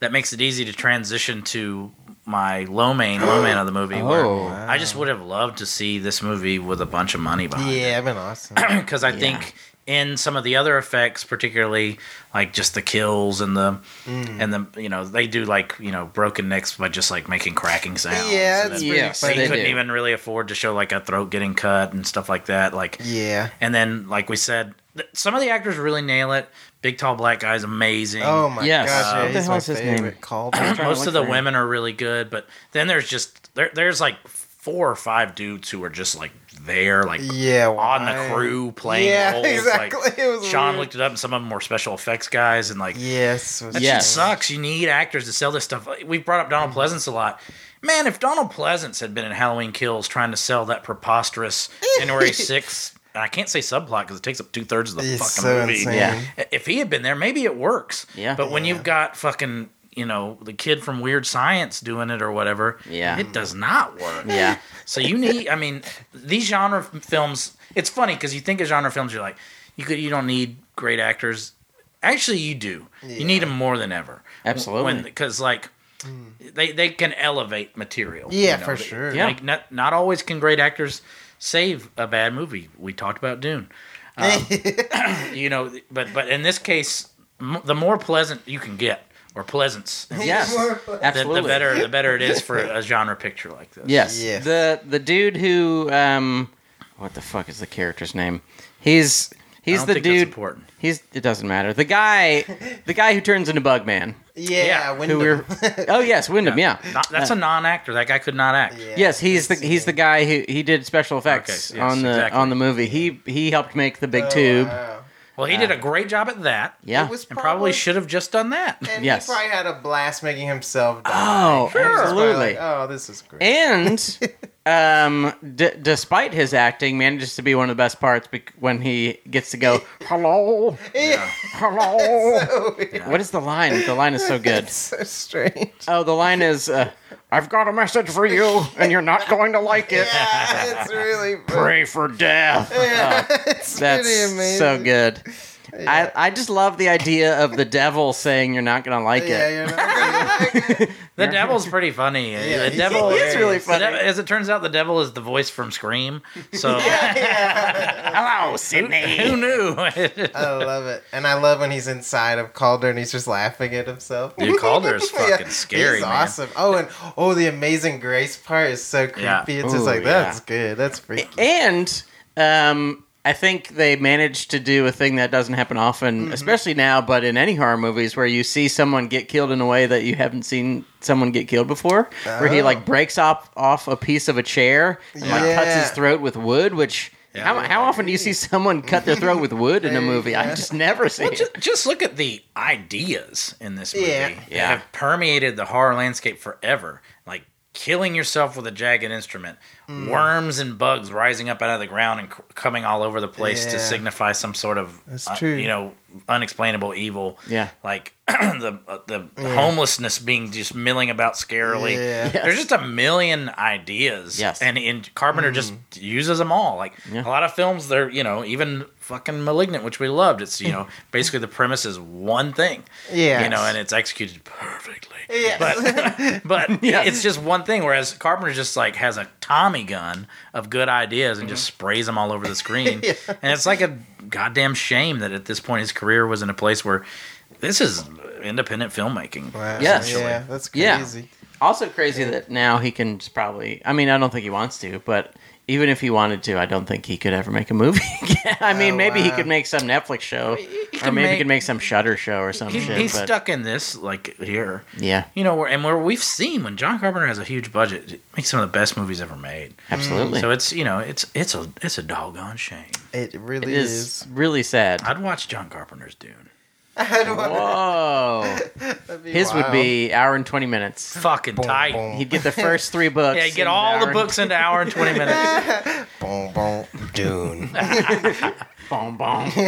that makes it easy to transition to my low main, low man of the movie. where Oh. I just would have loved to see this movie with a bunch of money behind yeah, I've been awesome. because I think in some of the other effects, particularly like just the kills and the and the you know they do like you know broken necks by just like making cracking sounds. yeah, and it's then Yeah, pretty so they, they funny. couldn't do. even really afford to show like a throat getting cut and stuff like that. Like yeah. and then like we said, th- some of the actors really nail it. Big tall black guy's amazing. Oh my Yes. gosh, Uh, yeah, what the he's hell my is his favorite. name? Called trying to most look of the for him. women are really good, but then there's just there, there's like four or five dudes who are just like there, like yeah, on why? the crew playing Yeah, roles. exactly. Like, it was Sean weird. looked it up, and some of them were special effects guys, and like Yes. it was- that Yeah. shit sucks. You need actors to sell this stuff. Like, We brought up Donald Pleasance a lot. Man, if Donald Pleasance had been in Halloween Kills trying to sell that preposterous January 6th, and I can't say subplot because it takes up two thirds of the It's fucking so movie. insane. Yeah. If he had been there, maybe it works. Yeah. But when you've got fucking, you know, the kid from Weird Science doing it or whatever, Yeah. it does not work. Yeah. So you need, I mean, these genre f- films. It's funny because you think of genre films, you're like, you could, you don't need great actors. Actually, you do. You need them more than ever. Absolutely. because like they they can elevate material. Yeah, you know, for they- sure. Yeah. Like not not always can great actors save a bad movie. We talked about Dune. Um, you know, but but in this case, m- the more pleasant you can get, or pleasance, Yes, More- the, absolutely. the better the better it is for a genre picture like this. Yes. Yes. The the dude who um what the fuck is the character's name? He's I he's don't the think That's dude important. he's it doesn't matter. The guy the guy who turns into Bugman. Yeah, Yeah, Who we're Wyndham. Oh yes, Wyndham, yeah. Not, that's a non-actor. That guy could not act. Yeah. Yes, he's the he's the guy who he did special effects yes, on the exactly. on the movie. He he helped make the big Oh, tube. wow. Well, he did a great job at that. Yeah. It was And probably should have just done that. And Yes. he probably Ah, had a blast making himself die. Oh, He was probably absolutely. Like, oh, this is great. And um, d- despite his acting, manages to be one of the best parts bec- when he gets to go, hello, hello. so weird. What is the line? The line is so good. It's so strange. Oh, the line is, uh, I've got a message for you, and you're not going to like it. Yeah, it's really Pray for death. Yeah, it's That's pretty amazing. so good. I, I just love the idea of the devil saying you're not going to like Yeah, it. you're not The devil's pretty funny. Yeah, the he- devil he is really the funny. devil- as it turns out, the devil is the voice from Scream. So Hello, Sydney. who knew? I love it, and I love when he's inside of Calder and he's just laughing at himself. Dude, Calder is Yeah, fucking scary, He's man. awesome. Oh, and oh, the Amazing Grace part is so creepy. Yeah. It's just Ooh, like yeah. that's good. That's freaky. And um, I think they managed to do a thing that doesn't happen Mm-hmm. often, especially now, but in any horror movies where you see someone get killed in a way that you haven't seen someone get killed before, where he Oh. like breaks off off a piece of a chair and like cuts Yeah. his throat with wood, which. Yeah. how, how often do you see someone cut their throat with wood in a There you movie? I go. just never see Well, ju- it. just, look at the ideas in this movie. Yeah. that Yeah. have permeated the horror landscape forever. Like killing yourself with a jagged instrument, Mm. worms and bugs rising up out of the ground and c- coming all over the place Yeah. to signify some sort of, That's uh, true. you know, unexplainable evil. Yeah. Like the uh, the homelessness being just milling about scarily. Yeah. Yes. There's just a million ideas. Yes. And in Carpenter just uses them all. Like Mm. Yeah. a lot of films, they're you know even fucking malignant, which we loved. It's you know basically the premise is one thing. Yes. You know, and it's executed perfectly. Yes. But but Yes. it's just one thing. Whereas Carpenter just like has a Tommy gun of good ideas and Mm-hmm. just sprays them all over the screen. Yeah. And it's like a goddamn shame that at this point his career was in a place where this is independent filmmaking. Wow, Yes. yeah, that's Yeah. crazy. Also crazy that now he can just probably. I mean, I don't think he wants to, but even if he wanted to, I don't think he could ever make a movie again. I mean, Oh, maybe he wow. could make some Netflix show, or could maybe he make- could make some Shutter show or some He, shit. he's but, stuck in this like here. Yeah, You know, where, and where we've seen when John Carpenter has a huge budget, it makes some of the best movies ever made. absolutely. Hmm, So it's you know it's it's a it's a doggone shame. It it really is is. really sad. I'd watch John Carpenter's Dune. Whoa, That'd be his would wild. be hour and twenty minutes. Fucking tight. boom. He'd get the first three books. Yeah, you get in an all hour the and- books into hour and twenty minutes. boom boom Dune. Boom, boom.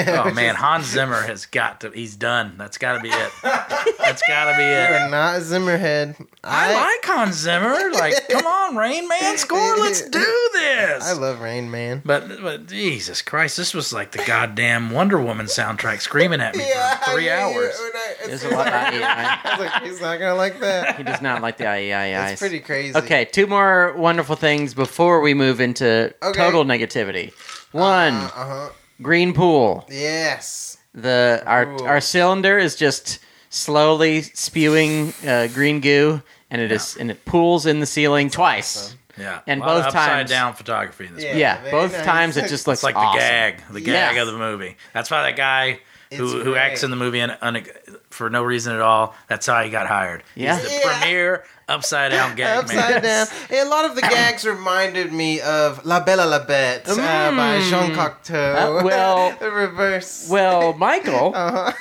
Oh man, Hans Zimmer has got to. He's done. That's got to be it. That's got to be it. You're not Zimmerhead. I I like Hans Zimmer. Like, come on, Rain Man, score. Let's do I this. love Rain Man. But, but Jesus Christ, this was like the goddamn Wonder Woman soundtrack screaming at me for three hours. There's a lot of IEI. I was like, he's not gonna like He that. does not like the IEI. It's pretty crazy. Uh, Okay, two more wonderful things before we move into Okay. total negativity. One, Uh huh. green pool. Yes. The our Ooh. our cylinder is just slowly spewing uh, green goo, and it is and it pools in the ceiling twice. Yeah, And A lot of both upside times- down photography in this. Yeah. movie. Yeah, very both nice. times it just looks It's like awesome. the gag, the gag Yes. of the movie. That's why that guy It's who, who great. acts in the movie un, un, for no reason at all, that's how he got hired. Yeah. He's the Yeah. premier upside down gag Upside man. down. A lot of the gags reminded me of La Belle La Bête uh, by Jean Cocteau. Mm. Uh, well- the reverse. Well, Michael uh-huh.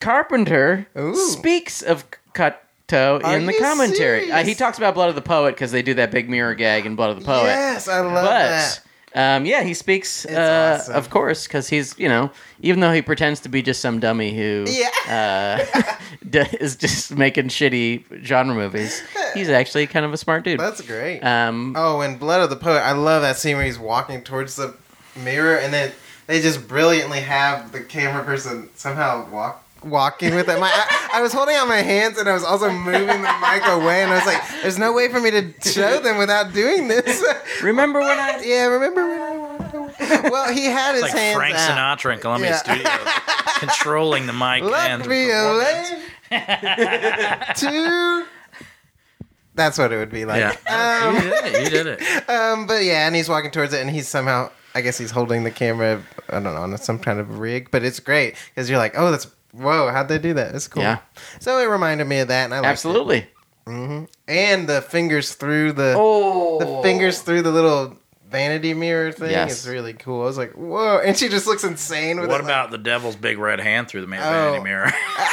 Carpenter Ooh. speaks of Cutto Are in the you commentary. Uh, serious? he talks about Blood of the Poet because they do that big mirror gag in Blood of the Poet. yes, I love but that. um, yeah, he speaks, uh, awesome. of course, because he's you know, even though he pretends to be just some dummy who uh, d- is just making shitty genre movies, he's actually kind of a smart dude. That's great. Um, Oh, and Blood of the Poet. I love that scene where he's walking towards the mirror, and then they just brilliantly have the camera person somehow walk. Walking with it, my I, I was holding out my hands and I was also moving the mic away, and I was like, "There's no way for me to show them without doing this." remember when I? yeah, remember when I walked away? Well, he had his It's like hands Frank out. Sinatra in Columbia Yeah. Studios controlling the mic and Let the me performance. away to. That's what it would be like. Yeah, you did it. You did it. Um, but yeah, and he's walking towards it, and he's somehow, I guess he's holding the camera. I don't know on some kind of rig, but it's great because you're like, oh, that's whoa, how'd they do that? It's cool. Yeah. So it reminded me of that, and I liked it. Absolutely. And the fingers through the Oh, the fingers through the little vanity mirror thing Yes. is really cool. I was like, whoa, and she just looks insane with What it, about the devil's big red hand through the man Oh. vanity mirror? like-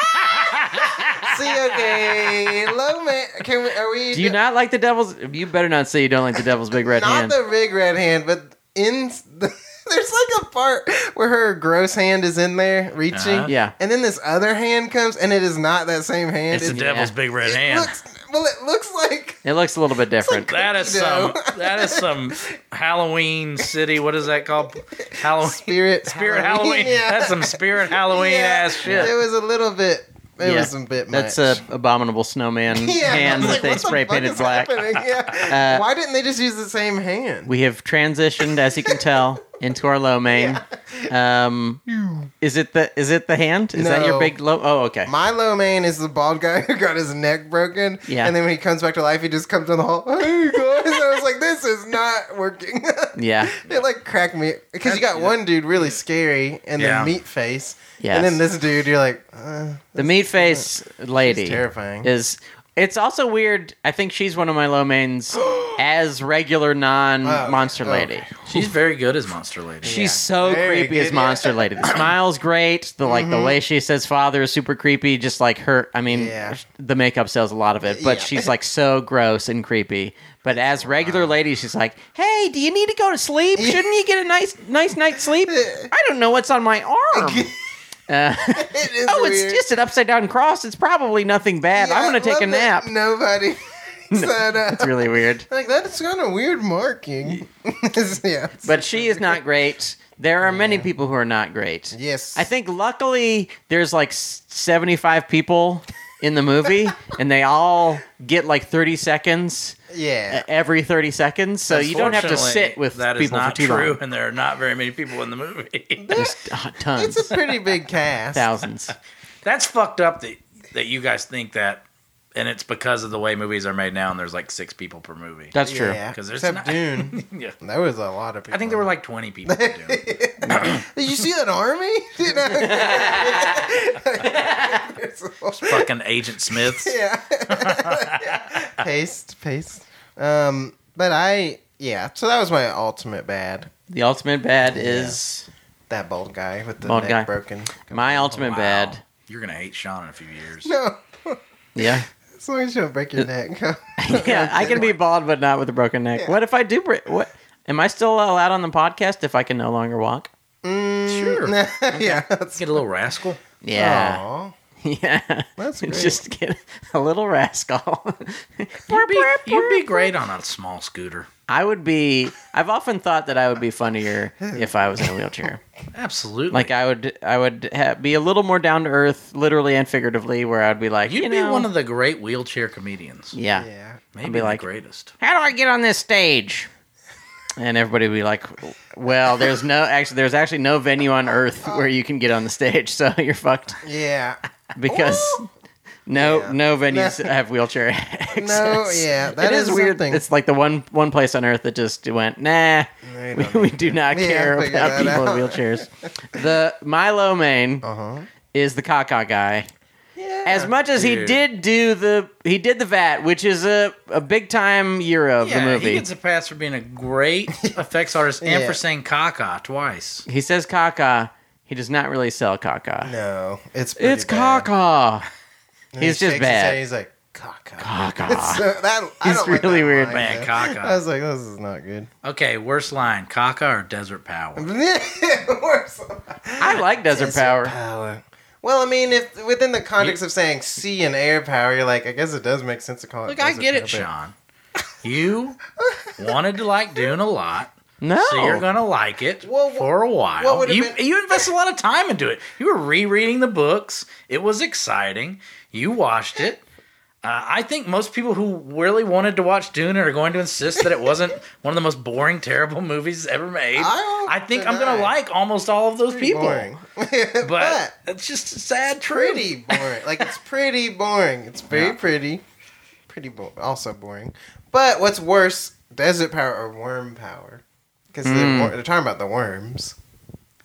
see, okay, low man. Can we? Are we? Do you not like the devil's? You better not say you don't like the devil's big red not hand. the big red hand, but in the, there's like a part where her gross hand is in there reaching, Uh-huh. yeah, and then this other hand comes, and it is not that same hand. It's the It- devil's big red it hand. looks, well, it looks like it looks a little bit different. that is you know. some. That is some Halloween city. What is that called? Halloween. spirit, Spirit Halloween. Yeah. That's some spirit Halloween Yeah. ass shit. It was a little bit. It Yeah. was a bit. That's much. a abominable snowman I hand was that like, they what the spray fuck painted is black. happening? Yeah. Uh, Why didn't they just use the same hand? We have transitioned, as you can tell, into our low main. Um, is it the is it the hand? Is that No. your big low? Oh, okay. Milo Man is the bald guy who got his neck broken. Yeah. And then when he comes back to life, he just comes down the hall. Hey guys! I was like, this is not working. yeah, it like cracked me because you got one dude really scary and Yeah. the meat face, Yes. and then this dude, you're like, uh, the meat face lady it's terrifying. is. It's also weird. I think she's one of my low mains as regular non monster Oh, lady. She's very good as Monster Lady. She's so Very creepy good, as yeah. Mm-hmm. Monster Lady. The smile's great. The like the way she says father is super creepy. Just like her, I mean, Yeah. the makeup sells a lot of it, but Yeah. she's like so gross and creepy. But as regular lady, she's like, "Hey, do you need to go to sleep? Shouldn't you get a nice nice night's sleep? I don't know what's on my arm. Uh, It is oh, weird. it's just an upside down cross. It's probably nothing bad. Yeah, I'm I gonna take love a that nap. Nobody. Set up. It's really weird. Like that's kind of weird marking. yeah. But she is not great. There are many people who are not great. yes. I think luckily there's like s- 75 people in the movie and they all get like 30 seconds Yeah. uh, every 30 seconds so you don't have to Unfortunately, sit with that is people not for too true, long. and there are not very many people in the movie. There's uh, tons, it's a pretty big cast. thousands. That's fucked up that that you guys think that, and it's because of the way movies are made now, and there's like six people per movie. That's true. Yeah. 'Cause there's Except not- Dune. yeah. There was a lot of people. I think there were like 20 people. Dude. Did you see that army? You know? There's a whole- Fucking Agent Smiths. yeah. Paste, paste. Um, but I, yeah. So that was my ultimate bad. The ultimate bad is That bald guy with the Bald neck guy. broken. my ultimate Wow. bad. You're going to hate Sean in a few years. No, Yeah. as long as you don't break Uh, your neck. yeah, I can be bald but not with a broken neck. What if I do bre- what am I still allowed on the podcast if I can no longer walk? Oh. Sure. Nah, Mm, yeah. That's, Get a little rascal. Yeah. Aw, Yeah. that's great. Just get a little rascal. You'd be, you'd be great on a small scooter. I would be. I've often thought that I would be funnier if I was in a wheelchair. Absolutely. Like I would, I would ha- be a little more down to earth, literally and figuratively, where I'd be like, You'd you be know, one of the great wheelchair comedians. yeah. yeah. Maybe be the like- greatest. How do I get on this stage? And everybody would be like, well, there's no actually, there's actually no venue on earth where you can get on the stage, so you're fucked Yeah. because. No, Oh, Yeah. no venues have wheelchair access. yeah, that it is, is weird. something. It's like the one one place on earth that just went, nah, They we, don't we do not Yeah, care figure about that people out. in wheelchairs. The Milo main Uh-huh. is the caca guy. Yeah. As much as he Dude. did do the he did the vat, which is a, a big time euro of the Yeah, movie. he He, gets a pass for being a great effects artist and Yeah. for saying caca twice. says caca. He does not really sell caca. No, it's pretty it's bad. caca. And He's he just shakes his head, bad. He's like caca. Caca. So that I He's don't like really that weird. line, Man, though. caca. I was like, this is not good. Okay, worst line, caca or desert power? Worse. I like desert power. Power. Well, I mean, if within the context of saying sea and air power, you're like, I guess it does make sense to call it. Look, I desert get it, power, but- Sean. You wanted to like Dune a lot. No, So you're gonna like it Well, wh- for a while. what would've you been- you invest a lot of time into it. You were rereading the books. It was exciting. You watched it. Uh, I think most people who really wanted to watch Dune are going to insist that it wasn't one of the most boring, terrible movies ever made. I I, won't think I'm gonna deny. like almost all of those people, Boring. but, it's just a sad truth. pretty boring. Like it's pretty boring. It's very Yeah. pretty, pretty bo- also boring. But what's worse, desert power or worm power? Because Hmm. they're, wor- they're talking about the worms.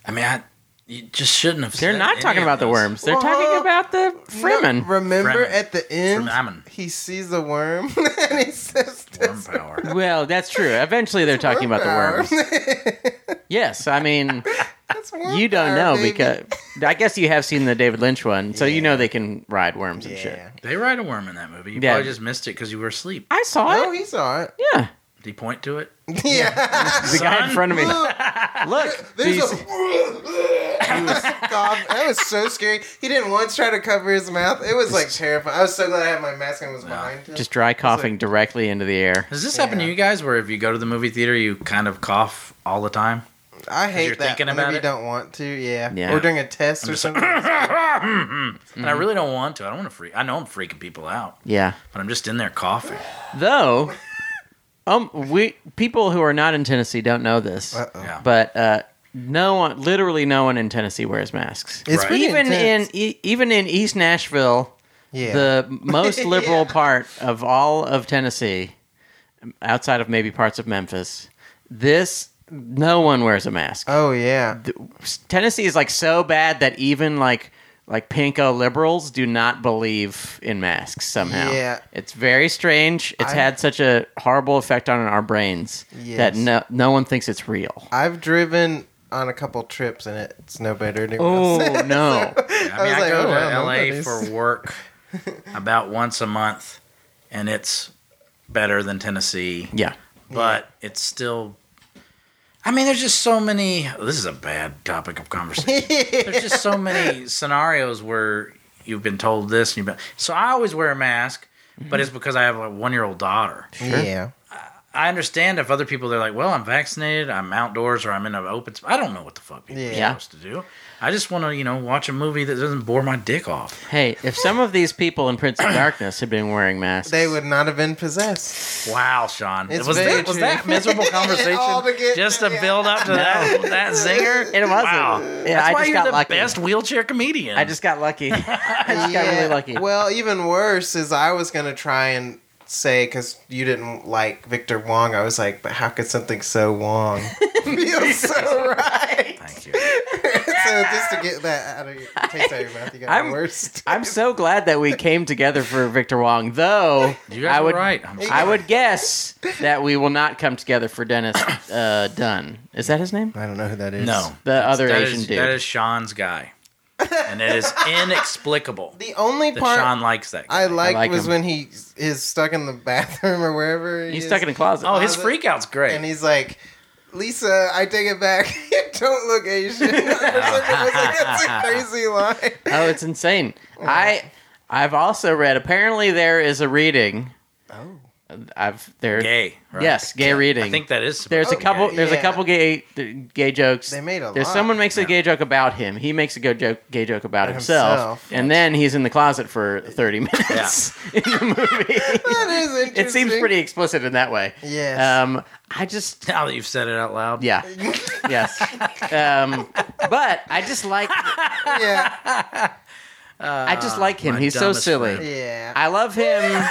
I mean, I, you just shouldn't have. they're said not any talking of about the those. worms. They're Well, talking about the Fremen. No, remember Fremen. at the end, Fremen. he sees the worm and he says, Worm power. Well, that's true. Eventually, they're talking about the worms. worms." Yes, I mean That's worm you don't power, know baby. because I guess you have seen the David Lynch one, so you know they can ride worms and shit. Yeah. They ride a worm in that movie. You Yeah. probably just missed it because you were asleep. I saw Oh, it. he saw it. Yeah, Did he point to it? Yeah. the guy Son. in front of me. Look, do There's you a. see- He was cough- that was so scary. He didn't once try to cover his mouth. It was like terrifying. I was so glad I had my mask and was behind him. just dry coughing directly into the air. Does this Yeah. happen to you guys where if you go to the movie theater, you kind of cough all the time? I hate you're that. thinking whenever about you it? don't want to, yeah. Yeah. Or during a test or something. And Mm-hmm. I really don't want to. I don't want to freak. I know I'm freaking people out, Yeah. but I'm just in there coughing. Though, um, we people who are not in Tennessee don't know this, Uh-oh. Yeah. but uh, no one, literally no one in Tennessee wears masks. It's Right. pretty even intense. in e- even in East Nashville, yeah. the most liberal Yeah. part of all of Tennessee, outside of maybe parts of Memphis, this no one wears a mask. oh yeah. Tennessee is like so bad that even like like pinko liberals do not believe in masks somehow. Yeah. It's very strange. It's I- had such a horrible effect on our brains Yes. that no no one thinks it's real. I've driven on a couple trips and it's no better. than Oh us. no. I mean, I, was like, go oh, to wow, LA nobody's- for work about once a month, and it's better than Tennessee, Yeah. but it's still. I mean, there's just so many. This is a bad topic of conversation. there's just so many scenarios where you've been told this, and you've been. So I always wear a mask, Mm-hmm. but it's because I have a one-year-old daughter. Yeah. I understand if other people they're like, "Well, I'm vaccinated, I'm outdoors, or I'm in an open." Sp-. I don't know what the fuck people are Yeah. supposed to do. I just want to, you know, watch a movie that doesn't bore my dick off. Hey, if some of these people in Prince of Darkness had been wearing masks, They would not have been possessed. Wow, Sean, It's was, very that, was true. that miserable conversation All to get- just to yeah. build up to that that zinger? It wasn't. Wow. Yeah, That's I why just you're got the lucky. best wheelchair comedian. I just got lucky. I just got really lucky. Well, even worse is I was gonna try and say because you didn't like Victor Wong. I was like, but how could something so Wong feel so right? thank you. so just to get that out of your taste out of your mouth, you got I'm- the worst. I'm so glad that we came together for Victor Wong, though. You guys I were would, right. I'm sorry. I would guess that we will not come together for Dennis uh, Dunn. Is that his name? I don't know who that is. no The other That Asian is- dude. That is Sean's guy, and it is inexplicable The only that part Sean likes that. Guy. I liked like was him. when he is stuck in the bathroom or wherever. He He's is, stuck in a closet. oh, his Closet. freakout's great. and he's like, "Lisa, I take it back. You don't look Asian." I was like, I was like, That's a crazy line. oh, it's insane. I I've also read. Apparently, there is a reading. Oh. I've there. gay. Right? Yes, gay reading. I think that is. there's a supposed to be couple. gay. There's Oh, yeah. a couple gay gay jokes. They made a There's lot. someone makes a Yeah. gay joke about him. He makes a go joke, gay joke about himself, Himself. and then he's in the closet for 30 minutes in the movie. That is interesting. it seems pretty explicit in that way. Yes. Um, I just, Now that you've said it out loud, yeah, yes. Um, but I just like, yeah, I just like him. my He's so dumbest silly. friend. yeah. I love him.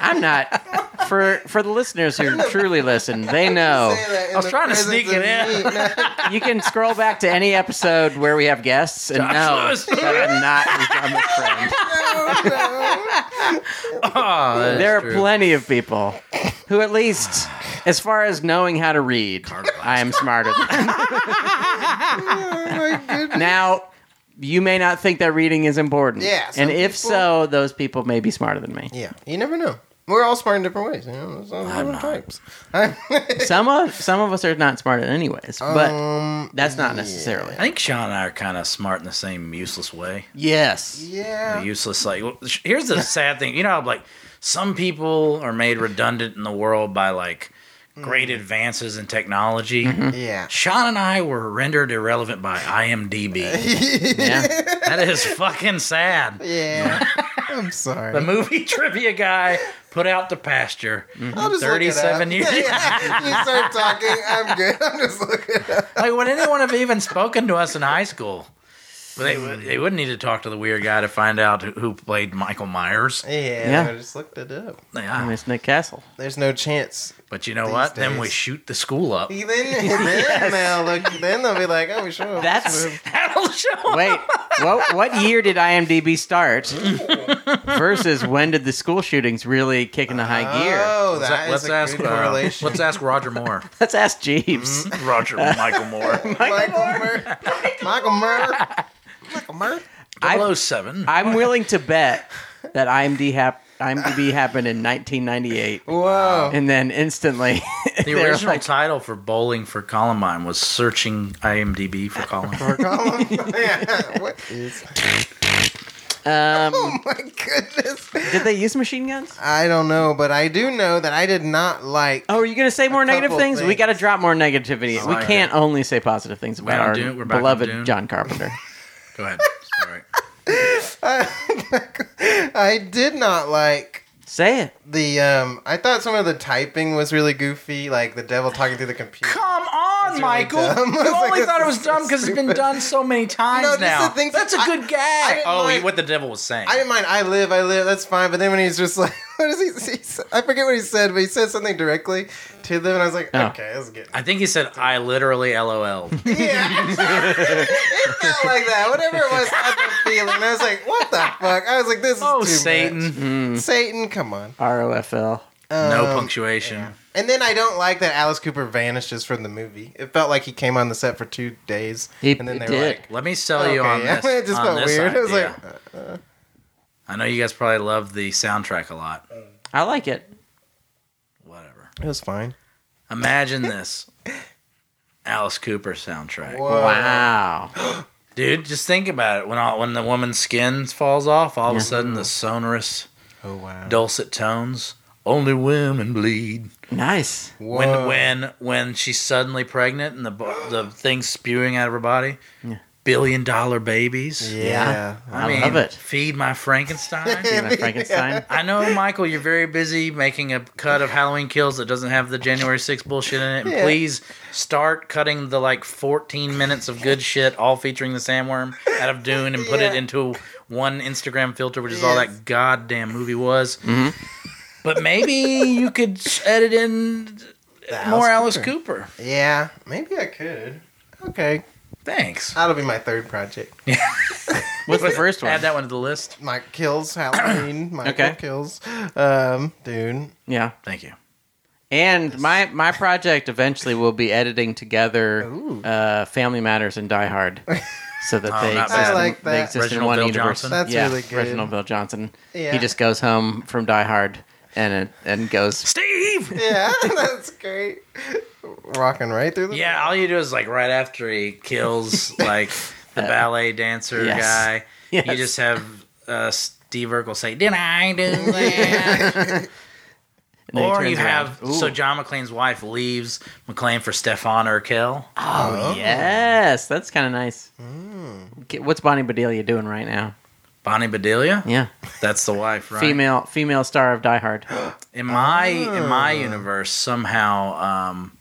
I'm not. For for the listeners who truly listen, they know Say that in I was the trying to presence sneak of it in. me. Oh, No, you can scroll back to any episode where we have guests and Josh know Lewis. that I'm not his dumbest friend. Oh, that is there are true. plenty of people who at least as far as knowing how to read i am smarter than oh my goodness. now you may not think that reading is important Yeah, some and if people- so those people may be smarter than me Yeah, you never know. We're all smart in different ways. You know, There's all different not. types. some of some of us are not smarter anyways but um, that's not necessarily I think Sean and I are kind of smart in the same useless way. yes yeah. Useless, like well, sh- here's the sad thing. You know, how, like some people are made redundant in the world by like great Mm-hmm. advances in technology. Yeah. Sean and I were rendered irrelevant by IMDb. yeah that is fucking sad. Yeah. I'm sorry. The movie trivia guy put out to pasture. I'll just look it up. 37 years. you start talking. I'm good. I'm just looking it up. Like, would anyone have even spoken to us in high school? But they Hmm. would. They wouldn't need to talk to the weird guy to find out who- who played Michael Myers. Yeah, Yeah. I just looked it up. I Yeah. miss nick castle There's no chance. But you know These what? Then days. we shoot the school up. Then, then they'll look. Then they'll be like, "Oh, we sure." That's- That'll show up. wait what, what year did imdb start versus when did the school shootings really kick into high gear Oh, Let's, that let's is a ask. good uh, correlation. let's ask Roger Moore. let's ask jeeves Roger Michael Moore. Michael Murr. Michael Murr. Mark. I- 007. I'm willing to bet that IMD hap- IMDb happened in 1998, Whoa. and then instantly the they're original like, title for Bowling for Columbine was Searching IMDb for Columbine. Colin- Yeah, what is? um, Oh my goodness! did they use machine guns? I don't know, but I do know that I did not like. Oh, are you going to say more negative couple things? We things. got to drop more negativity. Sorry. we can't only say positive things about on our Dune. We're back on Dune. beloved John Carpenter. Go ahead. Sorry. I did not like say it. the. um I thought some of the typing was really goofy, like the devil talking through the computer. Come on, really Michael. dumb. You It's like, only this thought it is was so dumb because it's been stupid. done so many times No, just now. the things That's a that- good I- I gag. didn't Oh, he, like- what the devil was saying. I didn't mind. I live, I live. That's fine. But then when he's just like, what is he? he said- I forget what he said, but he said something directly to them, and I was like, Oh. okay, this is getting. I think he said, I literally LOL. Yeah, it felt like that. Whatever it was, I had the feeling. And I was like, what the fuck? I was like, this is oh, too Satan. Oh, much. Satan, come on. ROFL. No Um, punctuation. And then I don't like that Alice Cooper vanishes from the movie. It felt like he came on the set for two days, He and then they were did. like, Let me sell okay, you on yeah. this. it just on felt this weird. It was idea. like, I know you guys probably love the soundtrack a lot. I like it. Whatever. it was fine. Imagine this Alice Cooper soundtrack. Whoa. Wow. Dude, just think about it. When all, when the woman's skin falls off, all of a sudden the sonorous, Oh wow. dulcet tones. Only women bleed. Nice. When Whoa. when when she's suddenly pregnant and the bo- the thing's spewing out of her body. Yeah. Billion dollar babies. Yeah. I love it. Feed my Frankenstein. Stephen Frankenstein. I know, Michael, you're very busy making a cut of Halloween Kills that doesn't have the January 6th bullshit in it. And Yeah. please start cutting the like 14 minutes of good shit, all featuring the sandworm, out of Dune and put it Yeah. into one Instagram filter, which is all Yes. that goddamn movie was. Mm-hmm. But maybe you could edit in more Alice Cooper. Yeah. Maybe I could. Okay. Thanks. That'll be my third project. What's the first one? Add that one to the list. My kills Halloween. Michael Okay. kills. Um, Dune. Yeah. Thank you. And my my project eventually will be editing together Ooh. uh, Family Matters and Die Hard, so that Oh, they not exist, in- bad. I like they that. exist in Reginald one Bill universe. Johnson. That's yeah, really good. Reginald Bill Johnson. Yeah. He just goes home from Die Hard and and goes. Steve! Yeah, that's great. Rocking right through the Yeah, all you do is like right after he kills like the ballet dancer Yes. guy, Yes. you just have uh, Steve Urkel say, "Did I do that?" and then he or you turns around. have so John McClane's wife leaves McClane for Stefan Urkel. Oh, yes, that's kind of nice. Mm. Okay, What's Bonnie Bedelia doing right now? Bonnie Bedelia, Yeah, that's the wife, right? female female star of Die Hard. In my in my Ah. universe, somehow um,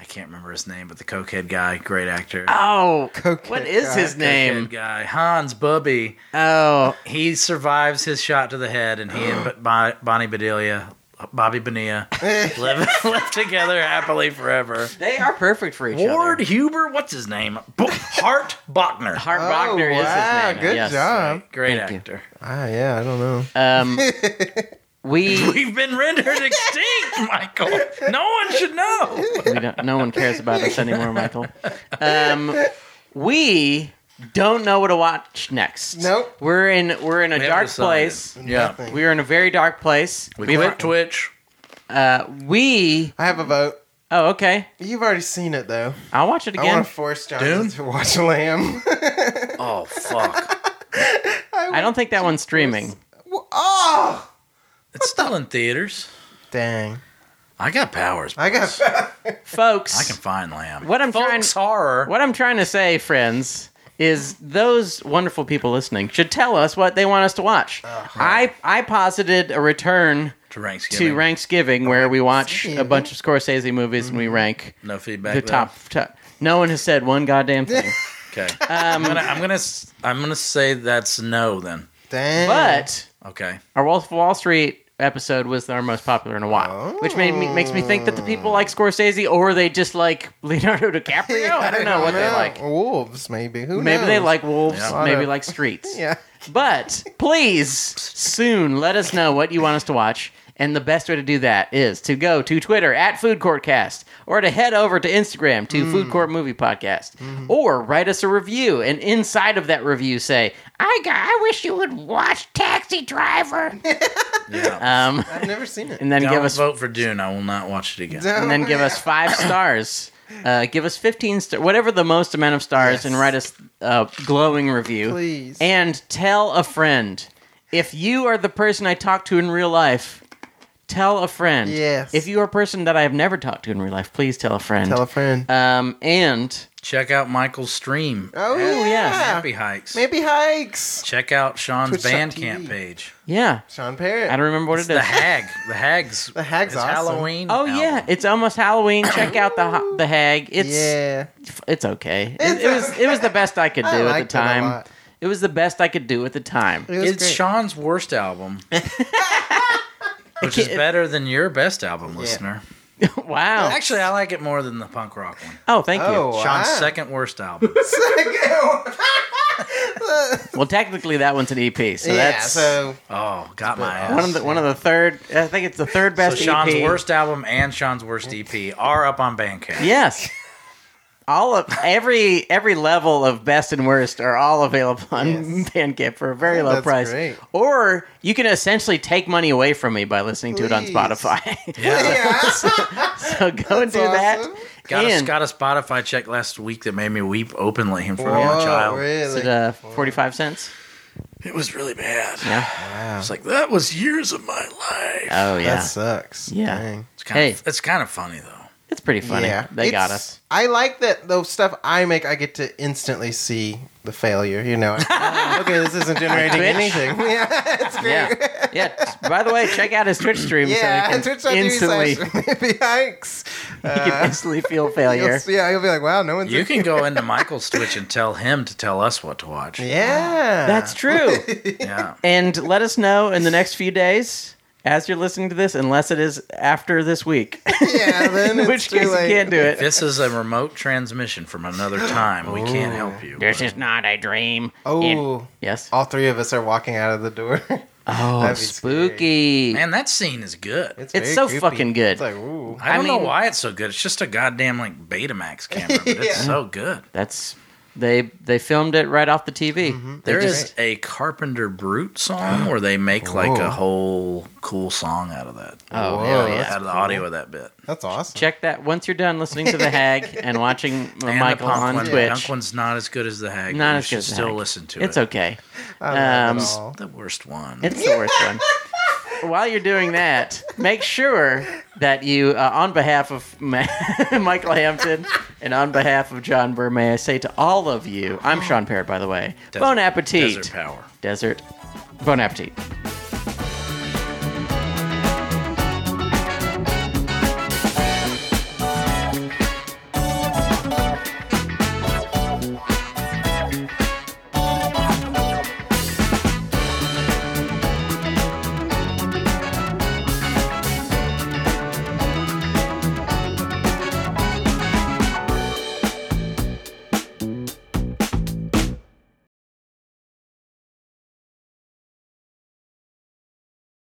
I can't remember his name, but the cokehead guy, great actor, Oh, Cokehead what is guy. his cokehead name? guy, Hans Bubby. Oh, he survives his shot to the head, and he and Bo- Bonnie Bedelia, Bobby Bonilla, live, live together happily forever. they are perfect for each Ward other. Huber, what's his name? Bo- Hart Bachner. Hart Oh, Wagner is wow, his name. good yes. job. Great Thank you. actor. Ah, yeah, I don't know. Um, we, We've been rendered extinct, Michael. No one should know. we don't, no one cares about us anymore, Michael. Um, we don't know what to watch next. Nope. We're in we're in a We haven't dark decided. place. Yeah. Nothing. We are in a very dark place. We We've- quit Twitch. uh, we I have a vote. oh okay. You've already seen it though. I'll watch it I want again. to force John Dune? to watch Lamb. Oh, fuck. I don't think that one's streaming. oh, It's still in theaters. dang! I got powers. I got Folks, I can find Lamb. What I'm Folks trying- horror. What I'm trying to say, friends, is those wonderful people listening should tell us what they want us to watch. Uh, I I posited a return To ranks to Ranksgiving where we watch Ranksgiving. a bunch of Scorsese movies and we rank No feedback. the there. top, top. No one has said one goddamn thing. Okay. Um, I'm gonna I'm gonna s- I'm gonna say that's no then. dang. but Okay. our Wolf of Wall Street episode was our most popular in a while, which made me makes me think that the people like Scorsese or they just like Leonardo DiCaprio. I don't know what they like. Wolves, maybe. Who Maybe they knows? like wolves. Yeah. Maybe like streets. Yeah. But please, soon, let us know what you want us to watch. And the best way to do that is to go to Twitter at Food Court Cast or to head over to Instagram to Mm. Food Court Movie Podcast Mm-hmm. or write us a review and inside of that review say, I, got, I wish you would watch Taxi Driver. Yeah. Um, I've never seen it. and then Don't give us vote for Dune. I will not watch it again. and then give us five stars. Uh, give us 15 star- whatever the most amount of stars, and Yes. write us a glowing review. Please. And tell a friend. If you are the person I talk to in real life, tell a friend. Yes. If you are a person that I have never talked to in real life, please tell a friend. Tell a friend. um, and Check out Michael's stream. oh, yeah. yeah. Happy Hikes. Maybe hikes. Check out Sean's Twitch.tv. Bandcamp page. yeah, Sean I Parrott. don't remember what It's it the is. Hag. The Hag's. The Hag's it's awesome. Halloween. Oh yeah, album. it's almost Halloween. Check out the ha- the hag. It's yeah. it's okay. It, It's it was it was the best I could do I at the liked it a time. lot. it was the best I could do at the time. It was It's great. Sean's worst album, which is better than your best album, listener. wow. Actually, I like it more than the punk rock one. Oh, thank Oh, you. wow. Sean's second worst album. Well, technically that one's an EP, so yeah, that's so Oh, got my ass. one of the one of the third. I think it's the third so best. E Sean's EP. worst album and Sean's worst EP are up on Bandcamp. Yes. All of every every level of best and worst are all available on Yes. Bandcamp for a very low that's price. great. Or you can essentially take money away from me by listening to it on Please. Spotify. yeah. so go and do awesome. that. Got a, and got a Spotify check last week that made me weep openly in front of my Whoa, child. is really? it, uh, forty-five cents. It was really bad. Yeah. It's like that was years of my life. Oh yeah. That sucks. Yeah. Dang. it's kind hey. of it's kind of funny though. it's pretty funny. Yeah. They got It's- us. I like that the stuff I make, I get to instantly see the failure, you know. okay, this isn't generating Twitch. anything. Yeah, it's great. Yeah. Yeah. By the way, check out his Twitch stream Yeah, so you Twitch can instantly TV slash maybe hikes. you can instantly feel failure. You'll- yeah, you'll be like, wow, no one's. You can go into Michael's Twitch and tell him to tell us what to watch. yeah, That's true. Yeah. and let us know in the next few days as you're listening to this, unless it is after this week, yeah. Then in it's which too case late. you can't do it. This is a remote transmission from another time. We can't help you. This is not a dream. Oh, yes. all three of us are walking out of the door. Oh, that'd be spooky. Man, that scene is good. It's very so creepy. fucking good. It's like, ooh, I don't I know mean- why it's so good. It's just a goddamn like Betamax camera, but it's Yeah. so good. That's they they filmed it right off the TV. Mm-hmm. There is a Carpenter Brute song where they make like Whoa. a whole cool song out of that. Oh, Whoa. hell out yeah. of the audio of that bit. that's awesome. Check that once you're done listening to the Hag and watching And the Michael punk on one, The Twitch. punk one's not as good as the Hag. Not you as good should as the still Hag. listen to It's it. okay. I love it Um, all. The worst one. It's the worst one. While you're doing that, make sure that you, uh, on behalf of Ma- Michael Hampton and on behalf of John Burr, may I say to all of you, I'm Sean Parrott, by the way, Desert- bon appetit. Desert Power. Desert. Bon appetit.